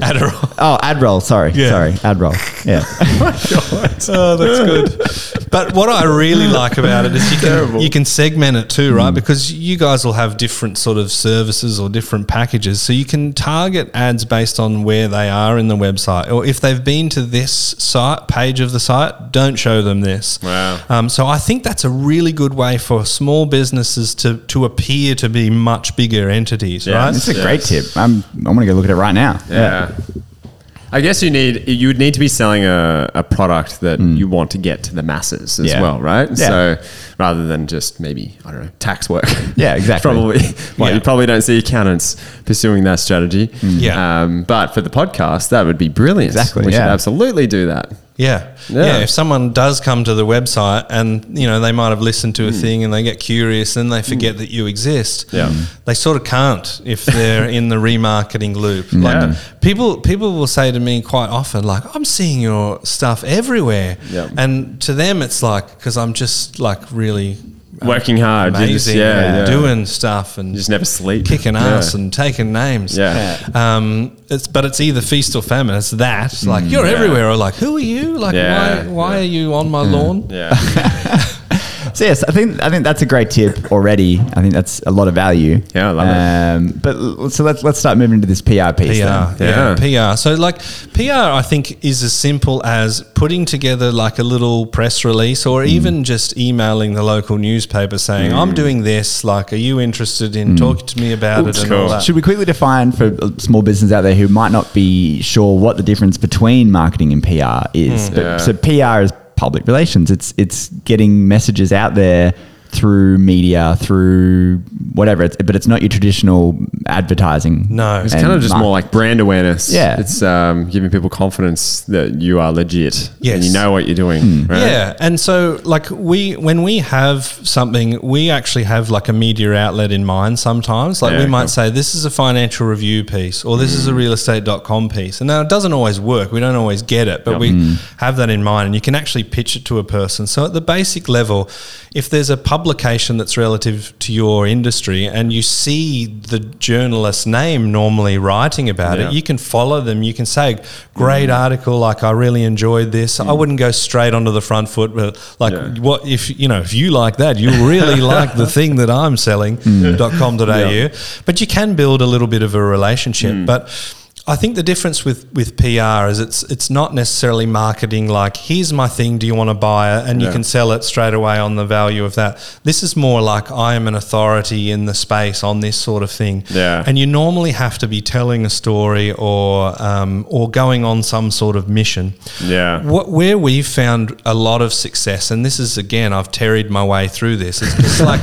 Speaker 1: Adderall.
Speaker 2: Oh, Adderall. Sorry,
Speaker 1: Yeah.
Speaker 2: sorry, Adderall. Yeah.
Speaker 1: Oh, that's good. But what I really like about it is you can you can segment it too, right? Because you guys will have different sort of services or different packages, so you can target ads based on where they are in the website, or if they've been to this site page of the site, don't show them this.
Speaker 4: Wow.
Speaker 1: Um, so I think that's a really good way for small businesses to to appear to be much bigger entities,
Speaker 4: Yeah.
Speaker 1: right?
Speaker 2: That's a
Speaker 4: Yes.
Speaker 2: great tip. Um, I'm, I want to go look at it right now.
Speaker 4: Yeah. I guess you need you would need to be selling a, a product that you want to get to the masses as
Speaker 2: Yeah.
Speaker 4: well, right?
Speaker 2: Yeah.
Speaker 4: So rather than just maybe I don't know tax work.
Speaker 2: Yeah, exactly.
Speaker 4: probably. Well,
Speaker 1: Yeah.
Speaker 4: you probably don't see accountants pursuing that strategy.
Speaker 1: Yeah.
Speaker 4: Um, but for the podcast, that would be brilliant.
Speaker 2: Exactly,
Speaker 4: We should
Speaker 2: yeah.
Speaker 4: absolutely do that.
Speaker 1: Yeah.
Speaker 4: Yeah.
Speaker 1: yeah. If someone does come to the website and, you know, they might have listened to a thing and they get curious and they forget that you exist.
Speaker 4: Mm. Yeah. Mm.
Speaker 1: They sort of can't if they're in the remarketing loop.
Speaker 4: Yeah.
Speaker 1: Like people people will say to me quite often like I'm seeing your stuff everywhere.
Speaker 4: Yeah.
Speaker 1: And to them it's like cuz I'm just like really
Speaker 4: Working hard. You just-
Speaker 1: Uh, amazing
Speaker 4: yeah,
Speaker 1: and
Speaker 4: yeah.
Speaker 1: doing stuff and
Speaker 4: You just never sleep.
Speaker 1: kicking
Speaker 4: Yeah.
Speaker 1: ass and taking names.
Speaker 4: Yeah.
Speaker 1: Um, it's but it's either feast or famine. It's that like you're everywhere, or like who are you? Like
Speaker 4: Mm. Yeah,
Speaker 1: why why
Speaker 4: yeah.
Speaker 1: are you on my lawn?
Speaker 4: Yeah.
Speaker 2: So yes, I think I think that's a great tip already. I think that's a lot of value.
Speaker 4: Yeah, I love
Speaker 2: um, it. But l- so let's let's start moving into this PR piece. then.
Speaker 1: PR,
Speaker 4: Yeah.
Speaker 1: yeah. PR. So like PR, I think is as simple as putting together like a little press release, or
Speaker 4: Mm.
Speaker 1: even just emailing the local newspaper saying, "I'm doing this. Like, are you interested in talking to me about it?" And all
Speaker 4: Mm. cool.
Speaker 1: that.
Speaker 2: Uh, Should we quickly define for uh, small business out there who might not be sure what the difference between marketing and PR is? but,
Speaker 4: Hmm. Yeah.
Speaker 2: So PR is public relations. It's it's getting messages out there through media, through whatever. It's, but it's not your traditional advertising.
Speaker 1: No.
Speaker 4: It's
Speaker 2: and
Speaker 4: kind of just more
Speaker 2: market.
Speaker 4: like brand awareness.
Speaker 2: Yeah.
Speaker 4: It's um, giving people confidence that you are legit
Speaker 1: Yes.
Speaker 4: and you know what you're doing.
Speaker 2: Hmm.
Speaker 4: Right?
Speaker 1: Yeah, and so like we when we have something, we actually have like a media outlet in mind sometimes. Like
Speaker 4: Yeah, Mm.
Speaker 1: we might
Speaker 4: cool.
Speaker 1: say this is a financial review piece or this is a real estate.com piece. And now it doesn't always work. We don't always get it, but we
Speaker 4: Mm.
Speaker 1: have that in mind and you can actually pitch it to a person. So at the basic level, if there's a publication that's relative to your industry and you see the journalist's name normally writing about
Speaker 4: Yeah. Mm.
Speaker 1: it, you can follow them. You can say, "Great article! Like I really enjoyed this." I wouldn't go straight onto the front foot, but like,
Speaker 4: Yeah.
Speaker 1: what if you know if you like that, you really like the thing that I'm selling
Speaker 4: Mm.
Speaker 1: dot .com.au. But you can build a little bit of a relationship,
Speaker 4: Mm.
Speaker 1: but. I think the difference with, with PR is it's it's not necessarily marketing like here's my thing do you want to buy it and you
Speaker 4: Yeah.
Speaker 1: can sell it straight away on the value of that. This is more like I am an authority in the space on this sort of thing.
Speaker 4: Yeah.
Speaker 1: And you normally have to be telling a story or um, or going on some sort of mission.
Speaker 4: Yeah.
Speaker 1: What where we've found a lot of success, and this is again, I've tarried my way through this. It's just like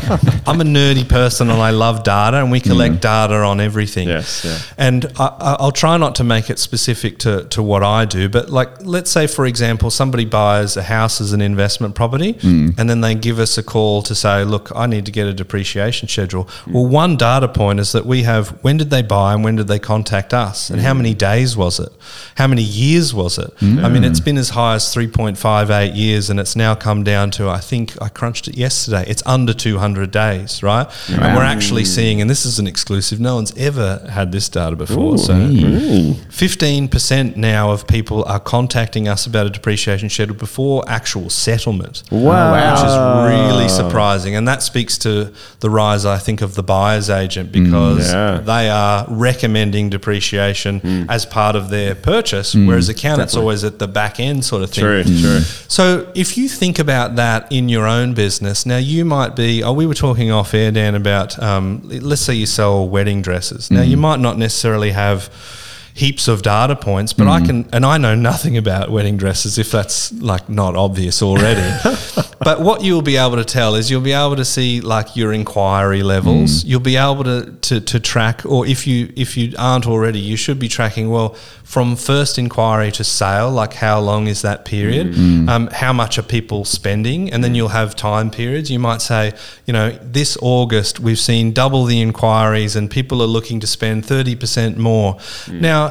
Speaker 1: I'm a nerdy person and I love data, and we collect data on everything.
Speaker 4: Mm. Yes, yeah.
Speaker 1: And I, I- I'll try not to make it specific to, to what I do, but like, let's say, for example, somebody buys a house as an investment property
Speaker 4: Mm.
Speaker 1: and then they give us a call to say, look, I need to get a depreciation schedule.
Speaker 4: Mm.
Speaker 1: Well, one data point is that we have when did they buy and when did they contact us and how many days was it? How many years was it? I mean, it's been as high as 3.58 years and it's now come down to, I think I crunched it yesterday, it's under 200 days, right? And we're actually seeing, and this is an exclusive, no one's ever had this data before. so. 15% now of people are contacting us about a depreciation schedule before actual settlement. Which is really surprising. And that speaks to the rise, I think, of the buyer's agent because
Speaker 4: Mm, yeah. Mm.
Speaker 1: they are recommending depreciation as part of their purchase, whereas accountants always at the back end sort of thing.
Speaker 4: True, true.
Speaker 1: So if you think about that in your own business, now you might be. Oh, we were talking off air, Dan, about um, let's say you sell wedding dresses. Now you might not necessarily have heaps of data points, but I can, and I know nothing about wedding dresses if that's like not obvious already. but what you'll be able to tell is you'll be able to see like your inquiry levels. You'll be able to, to to track, or if you if you aren't already, you should be tracking well from first inquiry to sale. Like how long is that period? Um, how much are people spending? And then you'll have time periods. You might say, you know, this August we've seen double the inquiries, and people are looking to spend thirty percent more. Now.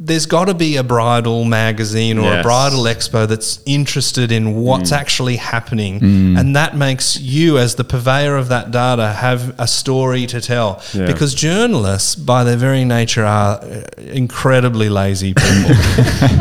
Speaker 1: There's got to be a bridal magazine or a
Speaker 4: Yes.
Speaker 1: bridal expo that's interested in what's actually happening. And that makes you, as the purveyor of that data, have a story to tell.
Speaker 4: Yeah.
Speaker 1: Because journalists, by their very nature, are uh, incredibly lazy people,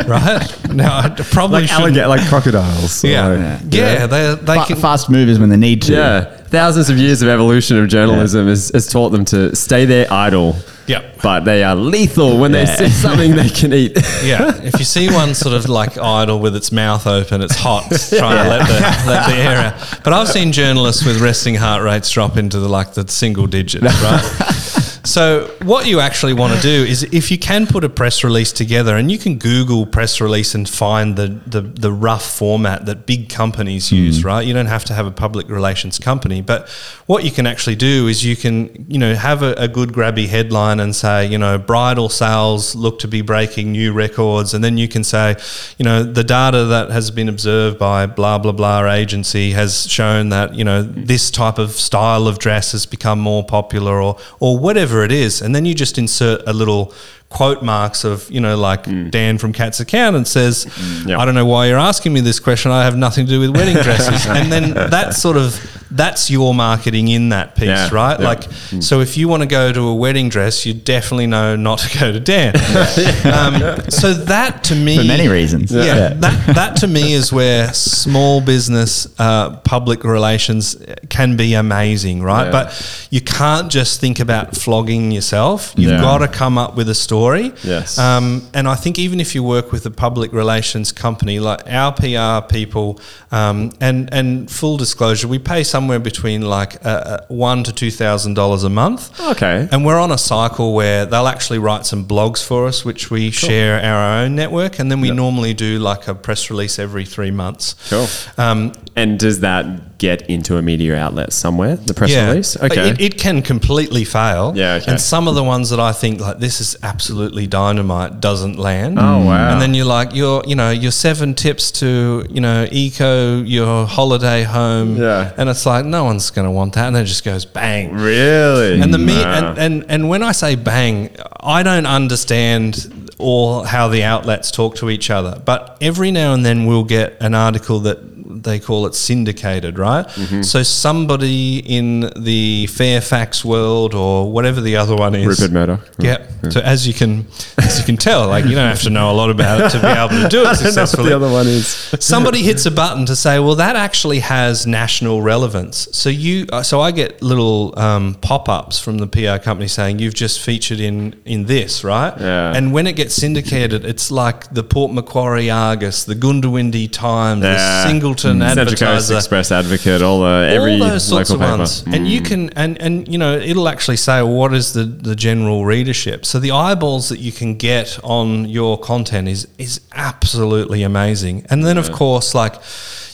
Speaker 1: right? Now, I probably
Speaker 3: Like
Speaker 1: shouldn't-
Speaker 3: alligator, like crocodiles.
Speaker 1: Yeah.
Speaker 3: Like-
Speaker 1: yeah, They, they
Speaker 2: Fa-
Speaker 1: can.
Speaker 2: fast movers when they need to.
Speaker 4: Yeah. Thousands of years of evolution of journalism has, has taught them to stay there idle.
Speaker 1: Yep.
Speaker 4: But they are lethal when they see something they can eat.
Speaker 1: Yeah, if you see one sort of like idle with its mouth open, it's hot, it's trying to let the, let the air out. But I've seen journalists with resting heart rates drop into the like the single digits, right? So what you actually want to do is if you can put a press release together and you can Google press release and find the, the, the rough format that big companies use, right? You don't have to have a public relations company. But what you can actually do is you can, you know, have a, a good grabby headline and say, you know, bridal sales look to be breaking new records. And then you can say, you know, the data that has been observed by blah, blah, blah agency has shown that, you know, this type of style of dress has become more popular or, or whatever it is. And then you just insert a little quote marks of, you know, like Dan from Cat's Accountant says,
Speaker 4: Hmm. yeah.
Speaker 1: I don't know why you're asking me this question. I have nothing to do with wedding dresses. and then that sort of, that's your marketing in that piece,
Speaker 4: Yeah,
Speaker 1: right?
Speaker 4: yeah. Hmm.
Speaker 1: Like, so if you want to go to a wedding dress, you definitely know not to go to Dan. um, so that to me,
Speaker 2: For many reasons.
Speaker 1: yeah,
Speaker 2: Yeah.
Speaker 1: That, that to me is where small business uh, public relations can be amazing, right?
Speaker 4: Yeah.
Speaker 1: But you can't just think about flogging yourself. You've
Speaker 4: Yeah.
Speaker 1: got to come up with a story.
Speaker 4: Yes.
Speaker 1: Um, and I think even if you work with a public relations company, like our PR people, um, and and full disclosure, we pay somewhere between like uh, uh, one to two thousand dollars a month.
Speaker 4: Okay.
Speaker 1: And we're on a cycle where they'll actually write some blogs for us, which we share our own network, and then we normally do like a press release every three months.
Speaker 4: Cool.
Speaker 1: Um,
Speaker 4: And does that get into a media outlet somewhere, the press
Speaker 1: yeah.
Speaker 4: release. Okay.
Speaker 1: It, it can completely fail.
Speaker 4: Yeah, okay.
Speaker 1: And some of the ones that I think like this is absolutely dynamite doesn't land.
Speaker 4: Oh, wow.
Speaker 1: And then you're like your you know your seven tips to you know eco your holiday home.
Speaker 4: Yeah.
Speaker 1: And it's like no one's going to want that, and then it just goes bang.
Speaker 4: really? Hmm.
Speaker 1: And the me-
Speaker 4: Wow.
Speaker 1: and, and and when I say bang, I don't understand all how the outlets talk to each other. But every now and then we'll get an article that they call it syndicated, right?
Speaker 4: Mm-hmm.
Speaker 1: So somebody in the Fairfax world or whatever the other one is,
Speaker 4: Rupert Murdoch.
Speaker 1: Yeah. So as you can as you can tell, like you don't have to know a lot about it to be able to do it successfully.
Speaker 4: the other one is.
Speaker 1: somebody hits a button to say, well, that actually has national relevance. So you, uh, so I get little um, pop-ups from the PR company saying you've just featured in in this, right?
Speaker 4: Yeah.
Speaker 1: And when it gets syndicated, it's like the Port Macquarie Argus, the Gundawindi Times,
Speaker 4: Yeah. Mm.
Speaker 1: the Singleton
Speaker 4: Central Coast
Speaker 1: Advertiser.
Speaker 4: Express Advocate, all the, every
Speaker 1: all those sorts
Speaker 4: local
Speaker 1: of
Speaker 4: paper.
Speaker 1: ones, and you can, and and you know, it'll actually say what is the the general readership. So the eyeballs that you can get on your content is is absolutely amazing. And then of course, like,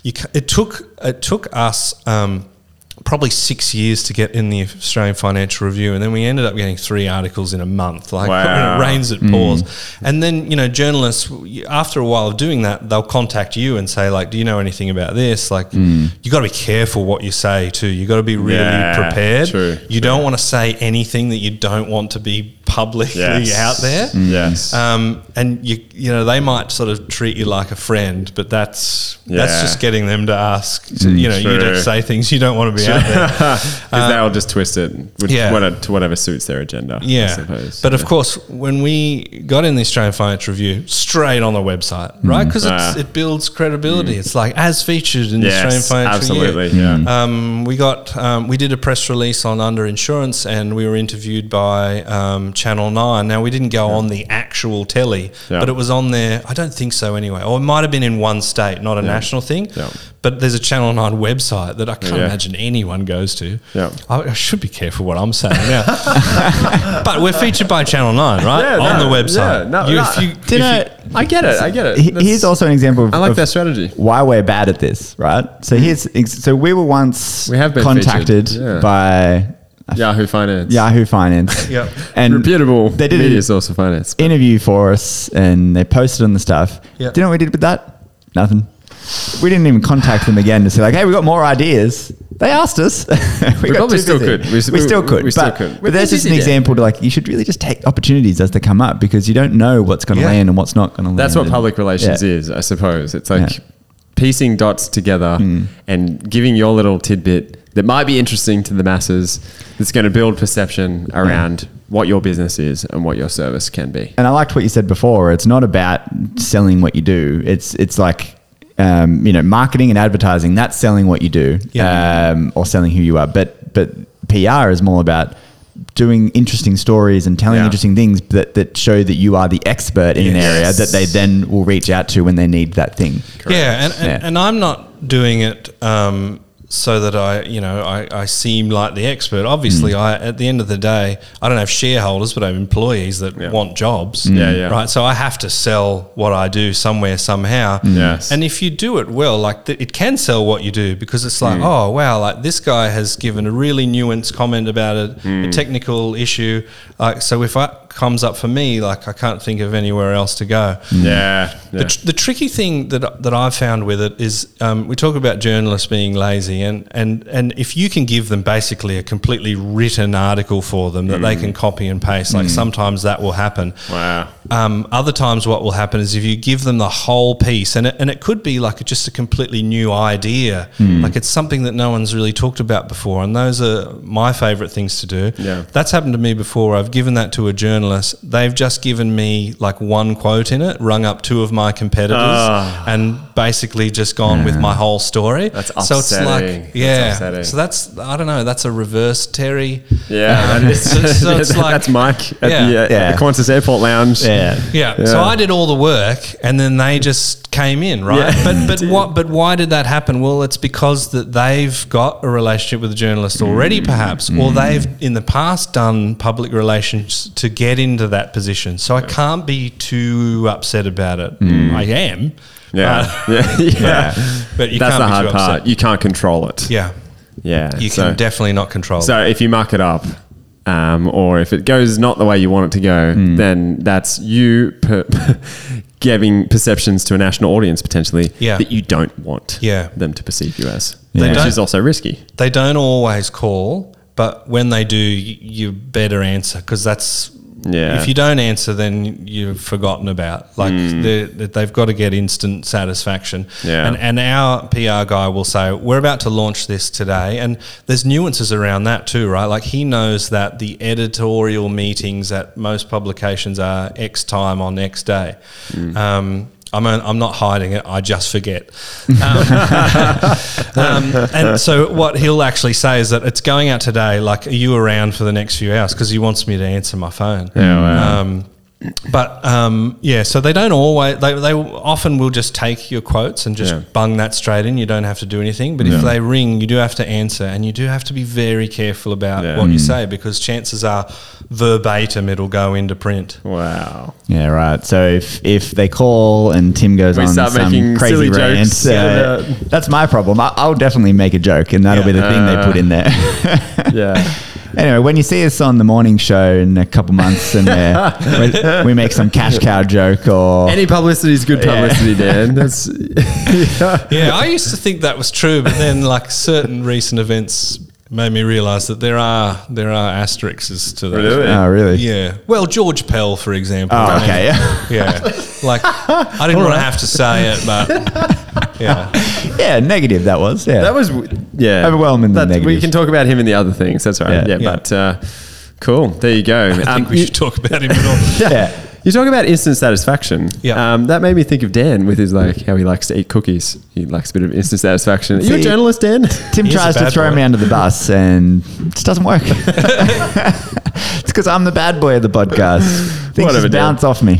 Speaker 1: you, ca- it took it took us. Um, Probably six years to get in the Australian Financial Review, and then we ended up getting three articles in a month. Like
Speaker 4: Wow.
Speaker 1: when it rains, it pours. And then you know, journalists after a while of doing that, they'll contact you and say like, "Do you know anything about this?" Like, you got to be careful what you say too. You got to be really
Speaker 4: Yeah,
Speaker 1: prepared.
Speaker 4: true,
Speaker 1: you don't want to say anything that you don't want to be publicly
Speaker 4: Mm. Yes.
Speaker 1: out there.
Speaker 4: Yes.
Speaker 1: Um, and you you know they might sort of treat you like a friend, but that's
Speaker 4: Yeah. Mm,
Speaker 1: that's just getting them to ask. To, you know, you
Speaker 4: true.
Speaker 1: don't say things you don't want to be out there.
Speaker 4: Because they'll just twist it which,
Speaker 1: yeah.
Speaker 4: what- to whatever suits their agenda,
Speaker 1: Yeah,
Speaker 4: I suppose.
Speaker 1: but of course, when we got in the Australian Finance Review, straight on the website, right? Because
Speaker 4: Ah. Mm.
Speaker 1: it builds credibility. It's like as featured in the Australian
Speaker 4: yes,
Speaker 1: Finance
Speaker 4: absolutely.
Speaker 1: Review.
Speaker 2: Hmm.
Speaker 4: Yeah.
Speaker 1: Um, we got um, we did a press release on under insurance, and we were interviewed by um, Channel Nine. Now we didn't go on the actual telly,
Speaker 4: Yeah.
Speaker 1: but it was on there. I don't think so anyway, or it might have been in one state, not a national thing.
Speaker 4: Yeah.
Speaker 1: But there's a Channel Nine website that I can't
Speaker 4: Yeah.
Speaker 1: imagine anyone goes to.
Speaker 4: Yeah.
Speaker 1: I, I should be careful what I'm saying now. But we're featured by Channel Nine, right?
Speaker 4: Yeah,
Speaker 1: on
Speaker 4: no,
Speaker 1: the website.
Speaker 4: yeah, no,
Speaker 1: You-
Speaker 4: no,
Speaker 1: if you- if you-
Speaker 4: I get it. I get it.
Speaker 2: He- Here's also an example of,
Speaker 4: I like
Speaker 2: of
Speaker 4: their strategy. Mm.
Speaker 2: why we're bad at this, right? So here's ex- so we were once
Speaker 4: We have been
Speaker 2: contacted
Speaker 4: featured, yeah.
Speaker 2: by
Speaker 4: Yahoo Finance.
Speaker 2: Yahoo Finance.
Speaker 1: Yep.
Speaker 2: And
Speaker 4: Reputable
Speaker 2: They did
Speaker 4: media
Speaker 2: an
Speaker 4: source of finance.
Speaker 2: interview for us and they posted on the stuff.
Speaker 1: Yep.
Speaker 2: Do you know what we did with that? Nothing. We didn't even contact them again to say like, "Hey, we got more ideas." They asked us. we got
Speaker 4: probably
Speaker 2: too
Speaker 4: still
Speaker 2: busy.
Speaker 4: could. We
Speaker 2: We,
Speaker 4: s- we-
Speaker 2: still could.
Speaker 4: we
Speaker 2: but,
Speaker 4: still could. We're
Speaker 2: But that's just
Speaker 4: busy
Speaker 2: an
Speaker 4: there.
Speaker 2: example to like, you should really just take opportunities as they come up because you don't know what's going to
Speaker 1: Yeah.
Speaker 2: land and what's not going to.
Speaker 4: That's what public relations
Speaker 2: is.
Speaker 4: is, I suppose. It's like
Speaker 2: Mm. Yeah. Mm.
Speaker 4: piecing dots together and giving your little tidbit that might be interesting to the masses that's going to build perception around what your business is and what your service can be.
Speaker 2: and I liked what you said before. It's not about selling what you do. It's it's like um, you know marketing and advertising. That's selling what you do,
Speaker 1: Yeah.
Speaker 2: um, or selling who you are. But but PR is more about doing interesting stories and telling
Speaker 4: Yeah.
Speaker 2: interesting things that, that show that you are the expert in an area
Speaker 4: Yes.
Speaker 2: that they then will reach out to when they need that thing.
Speaker 1: Yeah, and, and,
Speaker 2: Yeah.
Speaker 1: and I'm not doing it um, so that I, you know, I, I seem like the expert. Obviously, I at the end of the day, I don't have shareholders, but I have employees that want jobs.
Speaker 4: Yeah, yeah.
Speaker 1: Right. So I have to sell what I do somewhere somehow.
Speaker 4: Yes.
Speaker 1: Mm. And if you do it well, like th- it can sell what you do because it's
Speaker 4: Mm.
Speaker 1: like, oh wow, like this guy has given a really nuanced comment about a, a
Speaker 4: Mm.
Speaker 1: technical issue. Like so, if that comes up for me, like I can't think of anywhere else to go.
Speaker 4: Mm. Yeah.
Speaker 1: The, tr- the tricky thing that that I've found with it is um, we talk about journalists being lazy, and, and and if you can give them basically a completely written article for them that they can copy and paste, like sometimes that will happen.
Speaker 4: Mm. Wow.
Speaker 1: Um, other times, what will happen is if you give them the whole piece, and it, and it could be like just a completely new idea,
Speaker 4: Hmm.
Speaker 1: like it's something that no one's really talked about before, and those are my favorite things to do.
Speaker 4: Yeah.
Speaker 1: that's happened to me before. I've given that to a journalist. They've just given me like one quote in it, rung up two of my competitors,
Speaker 4: Ah.
Speaker 1: and basically just gone with my whole story. That's So
Speaker 4: upsetting.
Speaker 1: it's like,
Speaker 4: That's
Speaker 1: yeah.
Speaker 4: upsetting.
Speaker 1: so that's I don't know. That's a reverse Terry.
Speaker 4: Yeah,
Speaker 1: Um,
Speaker 4: that is,
Speaker 1: so, so it's like
Speaker 4: that's Mike at, the,
Speaker 1: Yeah.
Speaker 4: uh,
Speaker 2: Yeah.
Speaker 4: at the Qantas Airport Lounge.
Speaker 1: yeah.
Speaker 4: Yeah.
Speaker 1: So I did all the work, and then they just came in, right?
Speaker 4: Yeah.
Speaker 1: But but what? But why did that happen? Well, it's because that they've got a relationship with the journalist
Speaker 4: Mm.
Speaker 1: already, perhaps, or they've in the past done public relations to get into that position. So I can't be too upset about it. I am.
Speaker 4: Mm. Yeah. yeah. yeah.
Speaker 1: But you
Speaker 4: That's
Speaker 1: can't
Speaker 4: the
Speaker 1: be
Speaker 4: hard
Speaker 1: too
Speaker 4: part.
Speaker 1: upset.
Speaker 4: You can't control it.
Speaker 1: Yeah.
Speaker 4: Yeah.
Speaker 1: You
Speaker 4: so,
Speaker 1: can definitely not control. it.
Speaker 4: so if you muck it up, um, or if it goes not the way you want it to go,
Speaker 1: Hmm.
Speaker 4: then that's you per- giving perceptions to a national audience potentially
Speaker 1: Yeah.
Speaker 4: that you don't want
Speaker 1: Yeah.
Speaker 4: them to perceive you as,
Speaker 1: They
Speaker 4: which
Speaker 1: don't-
Speaker 4: is also risky.
Speaker 1: they don't always call, but when they do, you, you better answer because that's.
Speaker 4: Yeah.
Speaker 1: If you don't answer, then you've forgotten about. Like they're- that they've got to get instant satisfaction.
Speaker 4: Yeah.
Speaker 1: And and our PR guy will say, "We're about to launch this today," and there's nuances around that too, right? Like he knows that the editorial meetings at most publications are X time on X day. Um, I'm, I'm not hiding it. I just forget. Um, and so what he'll actually say is that it's going out today. Like, are you around for the next few hours? Because he wants me to answer my phone. Yeah. Um, but um, yeah, so they don't always. They, they often will just take your quotes and just
Speaker 4: Yeah.
Speaker 1: bung that straight in. You don't have to do anything. But if they ring, you do have to answer, and you do have to be very careful about
Speaker 4: Yeah.
Speaker 1: what you say because chances are verbatim it'll go into print.
Speaker 4: Wow.
Speaker 2: Yeah, right. So if if they call and Tim goes
Speaker 4: We
Speaker 2: on
Speaker 4: start
Speaker 2: some
Speaker 4: making
Speaker 2: crazy
Speaker 4: silly
Speaker 2: rant,
Speaker 4: jokes.
Speaker 2: uh,
Speaker 4: Yeah,
Speaker 2: that's my problem. I, I'll definitely make a joke, and that'll
Speaker 1: Yeah.
Speaker 2: be the thing they put in there.
Speaker 4: Yeah.
Speaker 2: Anyway, when you see us on the morning show in a couple months, and uh, we, we make some cash cow joke or
Speaker 4: Any publicity is good publicity, Dan. That's
Speaker 1: Yeah, I used to think that was true, but then like certain recent events made me realise that there are there are asterisks to that.
Speaker 4: uh,
Speaker 2: oh really?
Speaker 1: Yeah. Well, George Pell, for example.
Speaker 2: Oh,
Speaker 1: I mean,
Speaker 2: okay. Yeah.
Speaker 1: Yeah. Like, I didn't want to have to say it, but yeah.
Speaker 2: Yeah, negative that was. Yeah.
Speaker 4: that was yeah
Speaker 2: Overwhelmingly
Speaker 4: That- We
Speaker 2: negative.
Speaker 4: can talk about him and the other things. That's all right. Yeah,
Speaker 2: Yeah.
Speaker 1: Yeah.
Speaker 4: but uh, cool. There you go.
Speaker 1: I
Speaker 4: Um,
Speaker 1: think we
Speaker 4: you-
Speaker 1: should talk about him at all.
Speaker 2: yeah.
Speaker 4: You talk about instant satisfaction.
Speaker 1: Yeah.
Speaker 4: Um, that made me think of Dan with his like how he likes to eat cookies. He likes a bit of instant satisfaction. Are you a
Speaker 2: See-
Speaker 4: journalist, Dan?
Speaker 2: Tim
Speaker 1: He's a
Speaker 2: tries to
Speaker 1: bad
Speaker 2: throw
Speaker 1: boy.
Speaker 2: me under the bus, and it just doesn't work. it's because I'm the bad boy of the podcast. Things
Speaker 4: Whatever,
Speaker 2: just
Speaker 4: dude.
Speaker 2: bounce off me.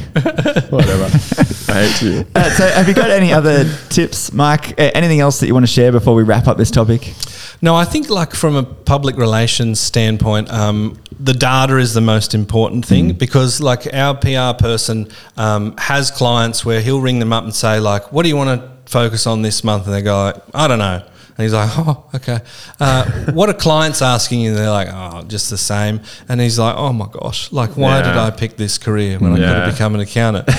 Speaker 4: Whatever. I hate you.
Speaker 2: Uh, so, have you got any other tips, Mike? Uh, anything else that you want to share before we wrap up this topic?
Speaker 1: No, I think like from a public relations standpoint, um, the data is the most important thing because like our PR person um, has clients where he'll ring them up and say like, "What do you want to focus on this month?" And they go, like, "I don't know." And he's like, oh, okay. Uh, what are clients asking you? They're like, oh, just the same. And he's like, oh my gosh, like, why
Speaker 4: Yeah.
Speaker 1: did I pick this career when I could
Speaker 4: Yeah.
Speaker 1: have become an accountant?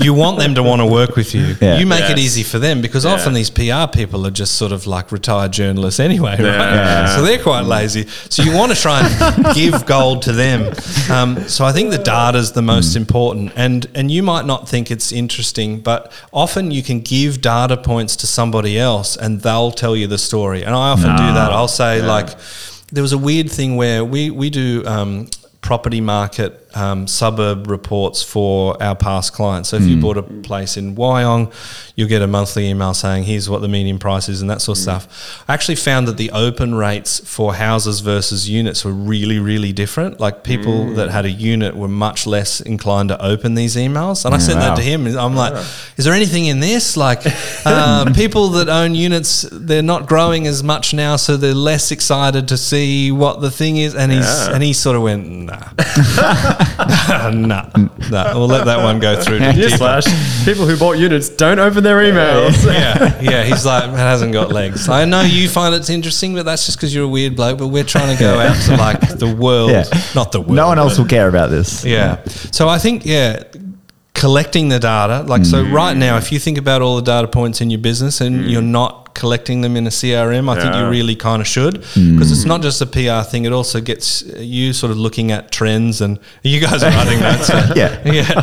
Speaker 1: you want them to want to work with you.
Speaker 2: Yeah.
Speaker 1: You make it
Speaker 4: Yes.
Speaker 1: easy for them because often these PR people are just sort of like retired journalists anyway, right?
Speaker 4: Yeah.
Speaker 1: So they're quite lazy. So you want to try and give gold to them. Um, so I think the data is the most important, and and you might not think it's interesting, but often you can give data points to somebody else, and they'll tell you the story. And I often do that. I'll say like, there was a weird thing where we we do. Um, property market um, suburb reports for our past clients. So if you bought a place in Wyong, you'll get a monthly email saying here's what the median price is and that sort of stuff. I actually found that the open rates for houses versus units were really really different. Like people
Speaker 2: Mm.
Speaker 1: that had a unit were much less inclined to open these emails. And I sent that to him. and I'm like, is there anything in this? Like uh, people that own units, they're not growing as much now, so they're less excited to see what the thing is. And he's and he sort of went, nah. nah, nah. We'll let that one go through. to Keith.
Speaker 4: Newsflash: People who bought units don't open their emails.
Speaker 1: Um, yeah, yeah. He's like, it hasn't got legs. I know you find it's interesting, but that's just because you're a weird bloke. But we're trying to go out to like the world,
Speaker 2: Yeah.
Speaker 1: not the world.
Speaker 2: No one
Speaker 1: but-
Speaker 2: else will care about this.
Speaker 1: yeah. So I think, yeah, collecting the data. Like, so right now, if you think about all the data points in your business and you're not collecting them in a CRM, I think you really kind of should because it's not just a PR thing. It also gets you sort of looking at trends and you guys are writing notes. so-
Speaker 2: Yeah.
Speaker 1: yeah.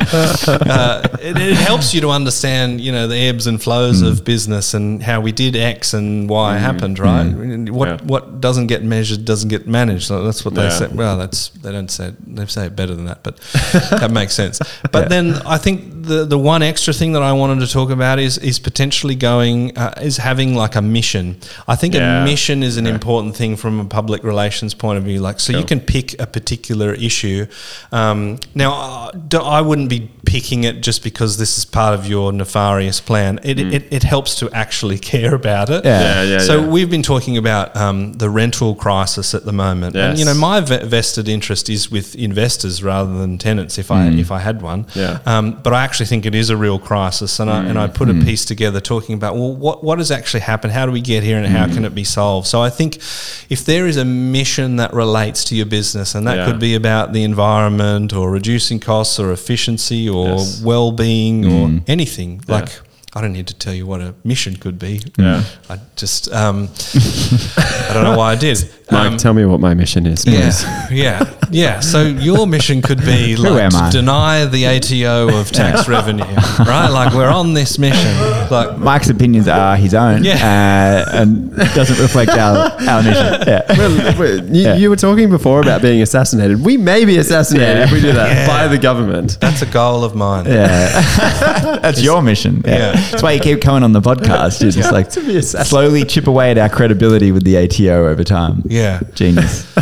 Speaker 1: Uh, it, it helps you to understand, you know, the ebbs and flows
Speaker 4: Mm.
Speaker 1: of business and how we did X and Y happened, right? And What
Speaker 4: Mm. Yeah.
Speaker 1: what doesn't get measured doesn't get managed. So that's what they
Speaker 4: Yeah.
Speaker 1: say. Well, that's they don't say it, they say it better than that, but that makes sense. But then I think the the one extra thing that I wanted to talk about is is potentially going uh, is having like a mission. I think
Speaker 4: Yeah.
Speaker 1: a mission is an important thing from a public relations point of view. Like, so you can pick a particular issue. Um, now, uh, do- I wouldn't be picking it just because this is part of your nefarious plan. It, it, it helps to actually care about it.
Speaker 2: Yeah.
Speaker 4: Mm. Yeah, yeah,
Speaker 1: so
Speaker 4: yeah.
Speaker 1: we've been talking about um, the rental crisis at the moment, and you know
Speaker 4: Yes.
Speaker 1: my ve- vested interest is with investors rather than tenants. If I if I had one,
Speaker 4: Mm. Yeah.
Speaker 1: um, but I actually think it is a real crisis, and I and I
Speaker 4: Mm.
Speaker 1: put a piece together talking about well, what what has actually happened? How do we get here, and how
Speaker 4: Mm.
Speaker 1: can it be solved? So I think if there is a mission that relates to your business, and that
Speaker 4: Yeah.
Speaker 1: could be about the environment or reducing costs or efficiency or
Speaker 4: Yes. Mm.
Speaker 1: well-being or anything like. I don't need to tell you what a mission could be.
Speaker 4: Yeah.
Speaker 1: I just um, I don't know why I did.
Speaker 4: Mike,
Speaker 1: Um,
Speaker 4: tell me what my mission is, please.
Speaker 1: yeah, yeah, yeah. So your mission could be like
Speaker 2: am I?
Speaker 1: to deny the ATO of tax revenue, right? Like we're on this mission. Like
Speaker 2: Mike's opinions are his own uh, and doesn't reflect our, our mission. Yeah.
Speaker 4: Well, wait, you,
Speaker 2: Yeah.
Speaker 4: you were talking before about being assassinated. We may be assassinated
Speaker 2: Yeah.
Speaker 4: if we do that
Speaker 1: Yeah.
Speaker 4: by the government.
Speaker 1: that's a goal of mine.
Speaker 2: Yeah. That's your mission. Yeah.
Speaker 1: Yeah.
Speaker 2: That's why you keep coming on the podcast. You're just like
Speaker 4: To be assassinated.
Speaker 2: slowly chip away at our credibility with the ATO over time.
Speaker 1: Yeah. Um,
Speaker 2: Genius.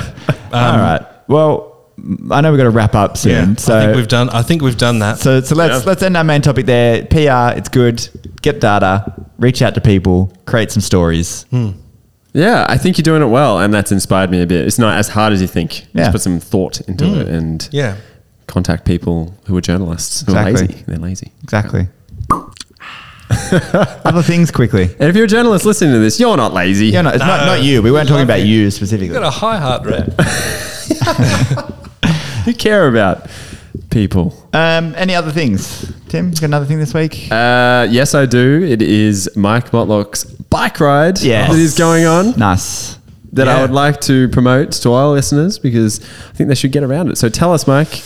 Speaker 2: All right. Well, I know we've got to wrap up soon.
Speaker 1: Yeah.
Speaker 2: So
Speaker 1: I think we've done. I think we've done that.
Speaker 2: So, so let's let's end our main topic there. PR, it's good. Get data, reach out to people, create some stories.
Speaker 1: Hmm.
Speaker 4: Yeah, I think you're doing it well, and that's inspired me a bit. It's not as hard as you think.
Speaker 2: Yeah.
Speaker 4: Just put some thought into it and
Speaker 1: yeah.
Speaker 4: contact people who are journalists who are
Speaker 2: Exactly.
Speaker 4: lazy. They're lazy.
Speaker 2: Exactly. Other things quickly.
Speaker 4: And if you're a journalist listening to this, you're not lazy.
Speaker 2: Yeah, no, it's not,
Speaker 1: No,
Speaker 2: not you. We weren't talking
Speaker 1: love
Speaker 2: about
Speaker 1: it.
Speaker 2: you
Speaker 1: You
Speaker 2: specifically.
Speaker 1: got a high heart rate.
Speaker 4: You care about people.
Speaker 2: Um, any other things? Tim, you got another thing this week?
Speaker 4: Uh, yes, I do. It is Mike Motlock's bike ride
Speaker 2: Yes.
Speaker 4: that is going on
Speaker 2: nice.
Speaker 4: that I
Speaker 1: Yeah.
Speaker 4: would like to promote to our listeners because I think they should get around it. So tell us, Mike,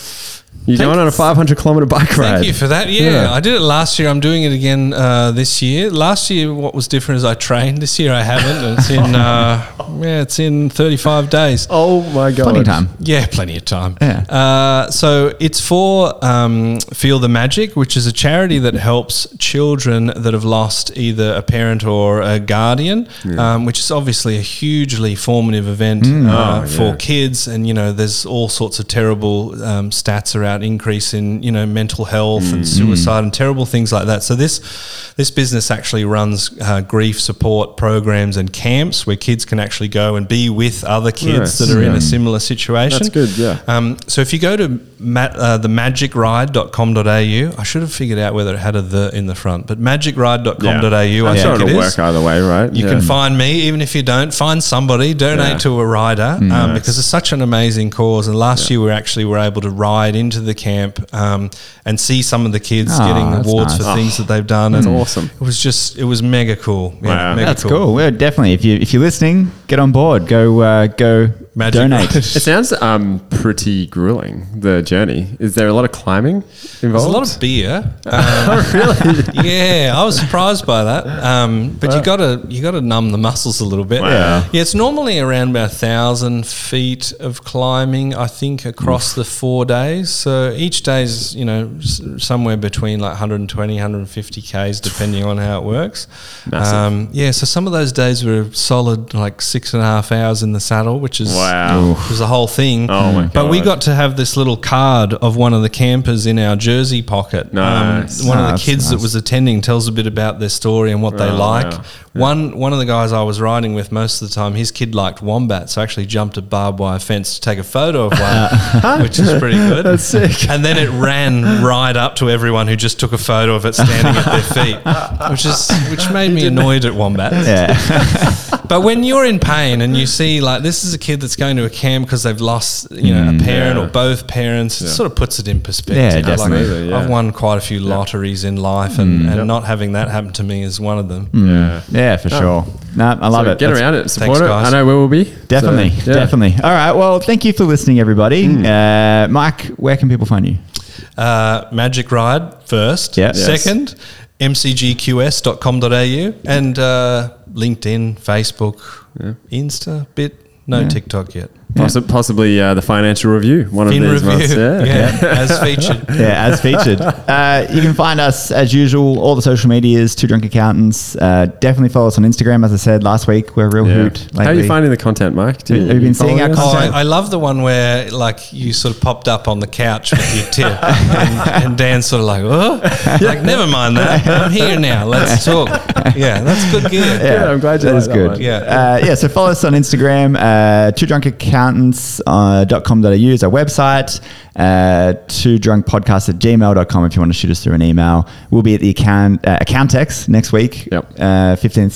Speaker 4: you're going on a 500 kilometer bike ride.
Speaker 1: Thank you for that. Yeah, I did it last year. I'm doing it again uh, this year. Last year, what was different is I trained. This year, I haven't. And it's in uh, yeah, it's in 35 days.
Speaker 4: Oh my god!
Speaker 2: Plenty of time.
Speaker 1: Yeah, plenty of time.
Speaker 2: Yeah.
Speaker 1: Uh, so it's for um, Feel the Magic, which is a charity that helps children that have lost either a parent or a guardian, um, which is obviously a hugely formative event uh, for kids. And you know, there's all sorts of terrible um, stats around increase in you know mental health and suicide and terrible things like that. So this this business actually runs uh, grief support programs and camps where kids can actually go and be with other kids
Speaker 4: Nice.
Speaker 1: that are in a similar situation.
Speaker 4: Mm. That's good, yeah.
Speaker 1: Um, so if you go to ma- uh, themagicride.com.au, I should have figured out whether it had a the in the front, but magicride.com.au, I
Speaker 4: I'm sure
Speaker 1: think
Speaker 4: it'll
Speaker 1: it is.
Speaker 4: work either way, right?
Speaker 1: You
Speaker 4: Yeah.
Speaker 1: can find me, even if you don't, find somebody, donate
Speaker 4: Yeah.
Speaker 1: to a rider um, because it's such an amazing cause. And last year we actually were able to ride into the camp um, and see some of the kids
Speaker 4: Ah,
Speaker 2: Oh,
Speaker 1: getting
Speaker 2: that's
Speaker 1: awards
Speaker 2: nice.
Speaker 1: for things that they've done. That's
Speaker 4: awesome.
Speaker 1: It was just, it was mega cool. Yeah,
Speaker 4: Wow.
Speaker 1: mega
Speaker 2: That's cool. Well, definitely. If you if you're listening, get on board. Go uh, go
Speaker 1: Magic
Speaker 2: donate.
Speaker 1: Ride.
Speaker 4: It sounds um pretty grueling. The journey is there a lot of climbing involved?
Speaker 1: There's a lot of beer. really? yeah, I was surprised by that. Um, but you gotta you gotta numb the muscles a little bit.
Speaker 4: Wow.
Speaker 1: Yeah, it's normally around about a thousand feet of climbing, I think, across the four days. So each day's you know s- somewhere between like 120, 150 k's, depending on how it works.
Speaker 4: Massive.
Speaker 1: Um, yeah, so some of those days were solid, like six and a half hours in the saddle, which is
Speaker 4: Wow.
Speaker 1: which is the whole thing.
Speaker 4: Oh my
Speaker 1: But we
Speaker 4: God.
Speaker 1: got got to have this little card of one of the campers in our jersey pocket.
Speaker 4: Nice.
Speaker 1: Um, one of
Speaker 2: Nice,
Speaker 1: the kids that
Speaker 2: nice.
Speaker 1: was attending tells a bit about their story and what they
Speaker 4: Oh,
Speaker 1: like.
Speaker 4: wow.
Speaker 1: One one of the guys I was riding with most of the time, his kid liked wombats, so actually jumped a barbed wire fence to take a photo of one, which is pretty good. That's sick. And then it ran right up to everyone who just took a photo of it standing at their feet, which is which made me annoyed at wombats.
Speaker 2: yeah.
Speaker 1: But when you're in pain and you see like this is a kid that's going to a camp because they've lost you know a parent
Speaker 4: Mm, yeah.
Speaker 1: or both parents, it sort of puts it in perspective.
Speaker 2: Yeah,
Speaker 1: Like,
Speaker 4: definitely, yeah. Mm.
Speaker 1: I've won quite a few lotteries in life, and, and not having that happen to me is one of them.
Speaker 2: Mm.
Speaker 4: yeah.
Speaker 2: Yeah, for sure. No, I love
Speaker 4: So
Speaker 2: it.
Speaker 4: Oh. Get
Speaker 2: That's
Speaker 4: around it. Support
Speaker 1: Thanks,
Speaker 4: it.
Speaker 1: guys.
Speaker 4: I know where we'll be.
Speaker 2: Definitely,
Speaker 4: So, yeah. Hmm.
Speaker 2: definitely. All right. Well, thank you for listening, everybody. Uh, Mike, where can people find you?
Speaker 1: Uh, Magic Ride first,
Speaker 2: Yeah. Yes.
Speaker 1: second, mcgqs.com.au, and uh, LinkedIn, Facebook, Insta, bit no TikTok yet.
Speaker 4: Possi- Possibly uh, the financial review. One
Speaker 1: In
Speaker 4: of these
Speaker 1: review,
Speaker 4: months. Yeah.
Speaker 1: yeah, as featured.
Speaker 2: yeah, as featured. Uh, you can find us as usual, all the social medias, Two Drunk Accountants. Uh, definitely follow us on Instagram. As I said last week, we're a real
Speaker 4: Yeah.
Speaker 2: hoot. Lately.
Speaker 4: How are you finding the content, Mike? Do
Speaker 2: Have you been seeing
Speaker 4: following
Speaker 2: our
Speaker 4: us?
Speaker 1: Oh,
Speaker 2: content?
Speaker 1: I, I love the one where like you sort of popped up on the couch with your tip, and, and Dan's sort of like, oh, like never mind that. I'm here now. Let's talk. Yeah, that's good gear.
Speaker 4: Yeah, I'm glad you
Speaker 2: that
Speaker 4: like
Speaker 2: is
Speaker 4: that
Speaker 2: good.
Speaker 4: one.
Speaker 1: Yeah.
Speaker 2: uh, yeah. So follow us on Instagram, uh, two drunk accountants uh, dot com dot au is our website. Uh, two drunk podcast at gmail.com if you want to shoot us through an email. We'll be at the account uh, Accountex next week,
Speaker 4: Yep.
Speaker 2: uh, 15th,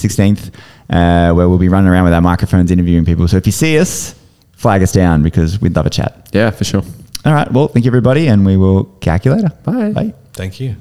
Speaker 2: 16th, uh, where we'll be running around with our microphones interviewing people. So if you see us, flag us down because we'd love a chat.
Speaker 4: Yeah, for sure.
Speaker 2: All right. Well, thank you, everybody, and we will calculate later.
Speaker 4: Bye.
Speaker 2: Bye.
Speaker 1: Thank you.